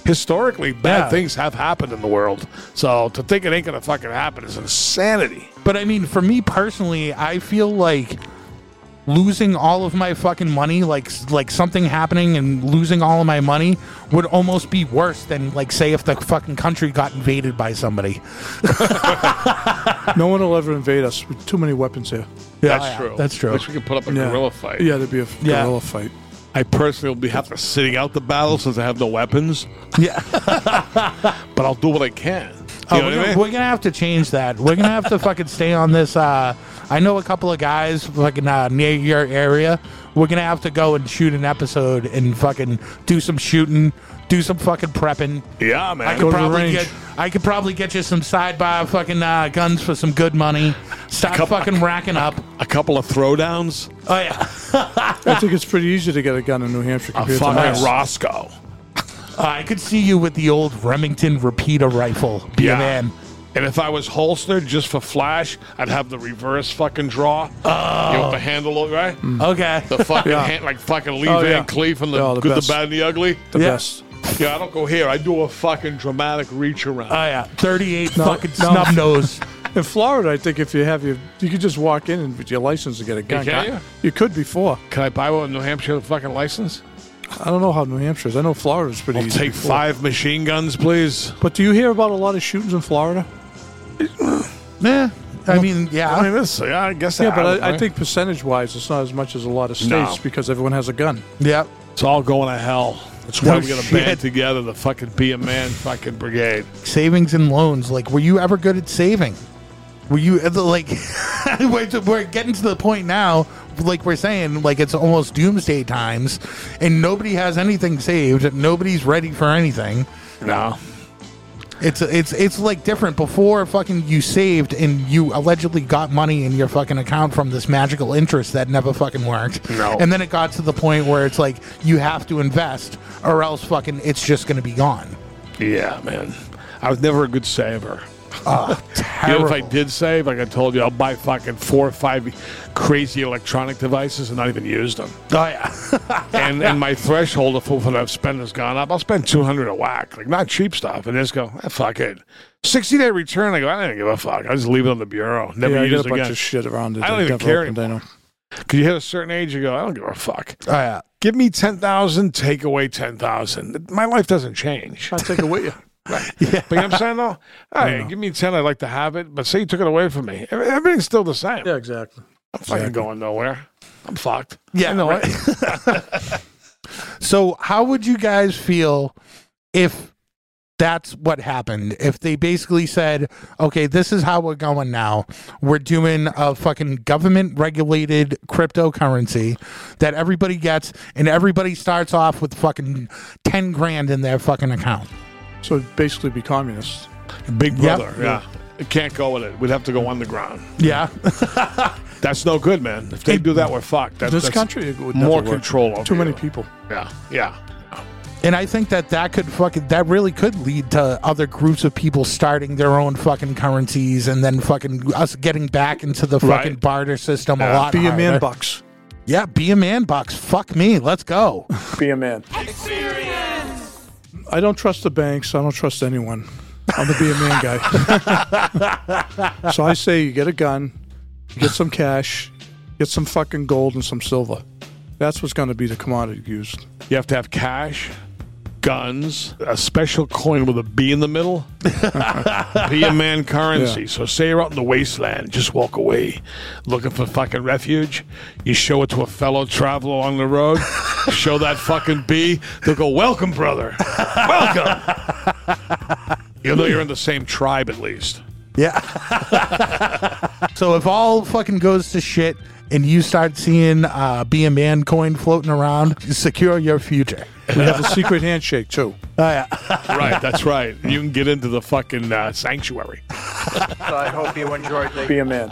S3: Historically, bad
S8: Yeah.
S3: things have happened in the world. So to think it ain't gonna fucking happen is insanity.
S8: But I mean, for me personally, I feel like losing all of my fucking money, like like something happening and losing all of my money, would almost be worse than like say if the fucking country got invaded by somebody.
S2: No one will ever invade us. With too many weapons here.
S8: Oh, yeah. That's true.
S3: Wish we could put up a guerrilla fight.
S2: Yeah, there'd be a
S8: Yeah.
S2: guerrilla fight.
S3: I personally will be have to sitting out the battle since I have no weapons,
S8: Yeah.
S3: [LAUGHS] but I'll do what I can. You
S8: Oh,
S3: know
S8: we're,
S3: what
S8: gonna,
S3: I mean?
S8: we're gonna have to change that. We're gonna have to fucking stay on this. Uh, I know a couple of guys fucking uh, near your area. We're gonna have to go and shoot an episode and fucking do some shooting, do some fucking prepping.
S3: Yeah, man.
S8: I
S2: Go
S8: could
S2: to the
S8: probably
S2: range.
S8: get I could probably get you some sidebar fucking uh, guns for some good money. Stop
S3: couple-
S8: fucking racking up.
S3: a couple of throwdowns.
S8: Oh yeah,
S2: I think it's pretty easy to get a gun in New Hampshire
S3: A
S2: compared to
S3: fucking
S2: us.
S3: Roscoe.
S8: Uh, I could see you with the old Remington repeater rifle. Be
S3: Yeah.
S8: a man.
S3: And if I was holstered just for flash, I'd have the reverse fucking draw. Oh. Mm. You know, the handle, over, right?
S8: Okay.
S3: The fucking
S2: Yeah.
S3: hand, like fucking Lee
S2: Oh,
S3: Van
S2: yeah.
S3: Cleef and the,
S2: Oh, the
S3: good,
S2: best.
S3: the bad, and the ugly.
S2: The
S8: Yeah.
S2: best.
S3: Yeah, I don't go here. I do a fucking dramatic reach around.
S8: [LAUGHS] Oh yeah, thirty-eight
S2: No,
S8: fucking
S2: no.
S8: snub nose.
S2: In Florida, I think if you have your, you could just walk in and with your license and get a gun.
S3: can you?
S2: could before.
S3: Can I buy one in New Hampshire with a fucking license?
S2: I don't know how New Hampshire is. I know Florida's pretty
S3: I'll
S2: easy.
S3: take
S2: before.
S3: five machine guns, please.
S2: But do you hear about a lot of shootings in Florida?
S8: Yeah. I mean, yeah.
S3: I mean, this, yeah, I guess
S2: Yeah, but
S3: don't
S2: I, I
S3: know.
S2: think percentage wise, it's not as much as a lot of states
S3: No.
S2: because everyone has a gun.
S8: Yep.
S3: It's all going to hell. That's why
S8: No
S3: we got to
S8: shit.
S3: band together, the fucking Be a Man fucking brigade.
S8: Savings and loans. Like, were you ever good at saving? Were you uh, like, [LAUGHS] we're, we're getting to the point now, like we're saying, like it's almost doomsday times, and nobody has anything saved. Nobody's ready for anything.
S3: No.
S8: It's it's it's like different before. Fucking you saved and you allegedly got money in your fucking account from this magical interest that never fucking worked.
S3: No.
S8: And then it got to the point where it's like you have to invest, or else fucking it's just gonna be gone.
S3: Yeah, man. I was never a good saver. [LAUGHS] You know,
S8: Terrible.
S3: if I did save, like I told you, I'll buy fucking four or five crazy electronic devices and not even use them.
S8: Oh yeah.
S2: [LAUGHS]
S3: and and my threshold of what I've spent has gone up. I'll spend two hundred a whack, like not cheap stuff, and just go, ah, fuck it. Sixty day return. I go, I don't give a fuck. I just leave it on the bureau. Never
S2: yeah, I
S3: use
S2: get
S3: it
S2: a bunch
S3: again.
S2: of shit around it.
S3: I don't
S2: that
S3: even
S2: never
S3: care
S2: opened, I know.
S3: Because you hit a certain age, you go, I don't give a fuck. [LAUGHS]
S8: oh yeah.
S3: Give me ten thousand, take away ten thousand. My life doesn't change.
S2: I'll take it with you.
S3: But [LAUGHS] you know what I'm saying
S2: [LAUGHS]
S3: though? All right, give me ten, I'd like to have it, but say you took it away from me. Every- Everything's still the same.
S2: Yeah, exactly.
S3: I'm fucking going nowhere. I'm fucked.
S8: Yeah,
S3: I know
S8: right.
S3: it.
S8: [LAUGHS] So how would you guys feel if that's what happened? If they basically said, "Okay, this is how we're going now. We're doing a fucking government regulated cryptocurrency that everybody gets and everybody starts off with fucking 10 grand in their fucking account."
S2: So it'd basically be communists.
S3: Big
S8: Yep.
S3: brother. Yeah. It can't go with it. We'd have to go underground.
S8: Yeah.
S3: That's no good, man. If they do that, we're fucked. That,
S2: this
S3: that's
S2: country it would never
S3: more
S2: work.
S3: control over
S2: Too many
S3: you.
S2: people.
S3: Yeah, yeah.
S8: And I think that that could fucking that really could lead to other groups of people starting their own fucking currencies and then fucking us getting back into the
S3: Right.
S8: fucking barter system
S3: Yeah.
S8: a lot.
S2: Be a man
S8: harder.
S2: bucks.
S8: Yeah, be a man box. Fuck me.
S2: [LAUGHS]
S8: Let's go.
S2: Be a man. I don't trust the banks. I don't trust anyone. I'm the be a man guy. so I say you get a gun, you get some cash, get some fucking gold and some silver. That's what's going to be the commodity used.
S3: You have to have cash, guns, a special coin with a B in the middle. [LAUGHS] be a man currency.
S2: Yeah.
S3: So say you're out in the wasteland, just walk away, looking for fucking refuge. You show it to a fellow traveler along the road. [LAUGHS] show that fucking B. They'll go, "Welcome, brother. Welcome." [LAUGHS] You'll know you're in the same tribe at least.
S2: [LAUGHS]
S8: Yeah. so if all fucking goes to shit and you start seeing uh, be a man coin floating around, secure your future.
S2: We have a secret handshake too.
S8: Uh, yeah.
S3: Right, that's right. You can get into the fucking uh, sanctuary.
S9: I hope you enjoyed the
S2: Be a man.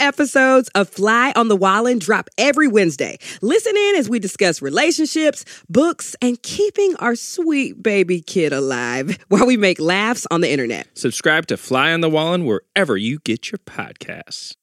S10: episodes of Fly on the Wallin drop every Wednesday. Listen in as we discuss relationships, books, and keeping our sweet baby kid alive [LAUGHS] while we make laughs on the internet.
S11: Subscribe to Fly on the Wallen wherever you get your podcasts.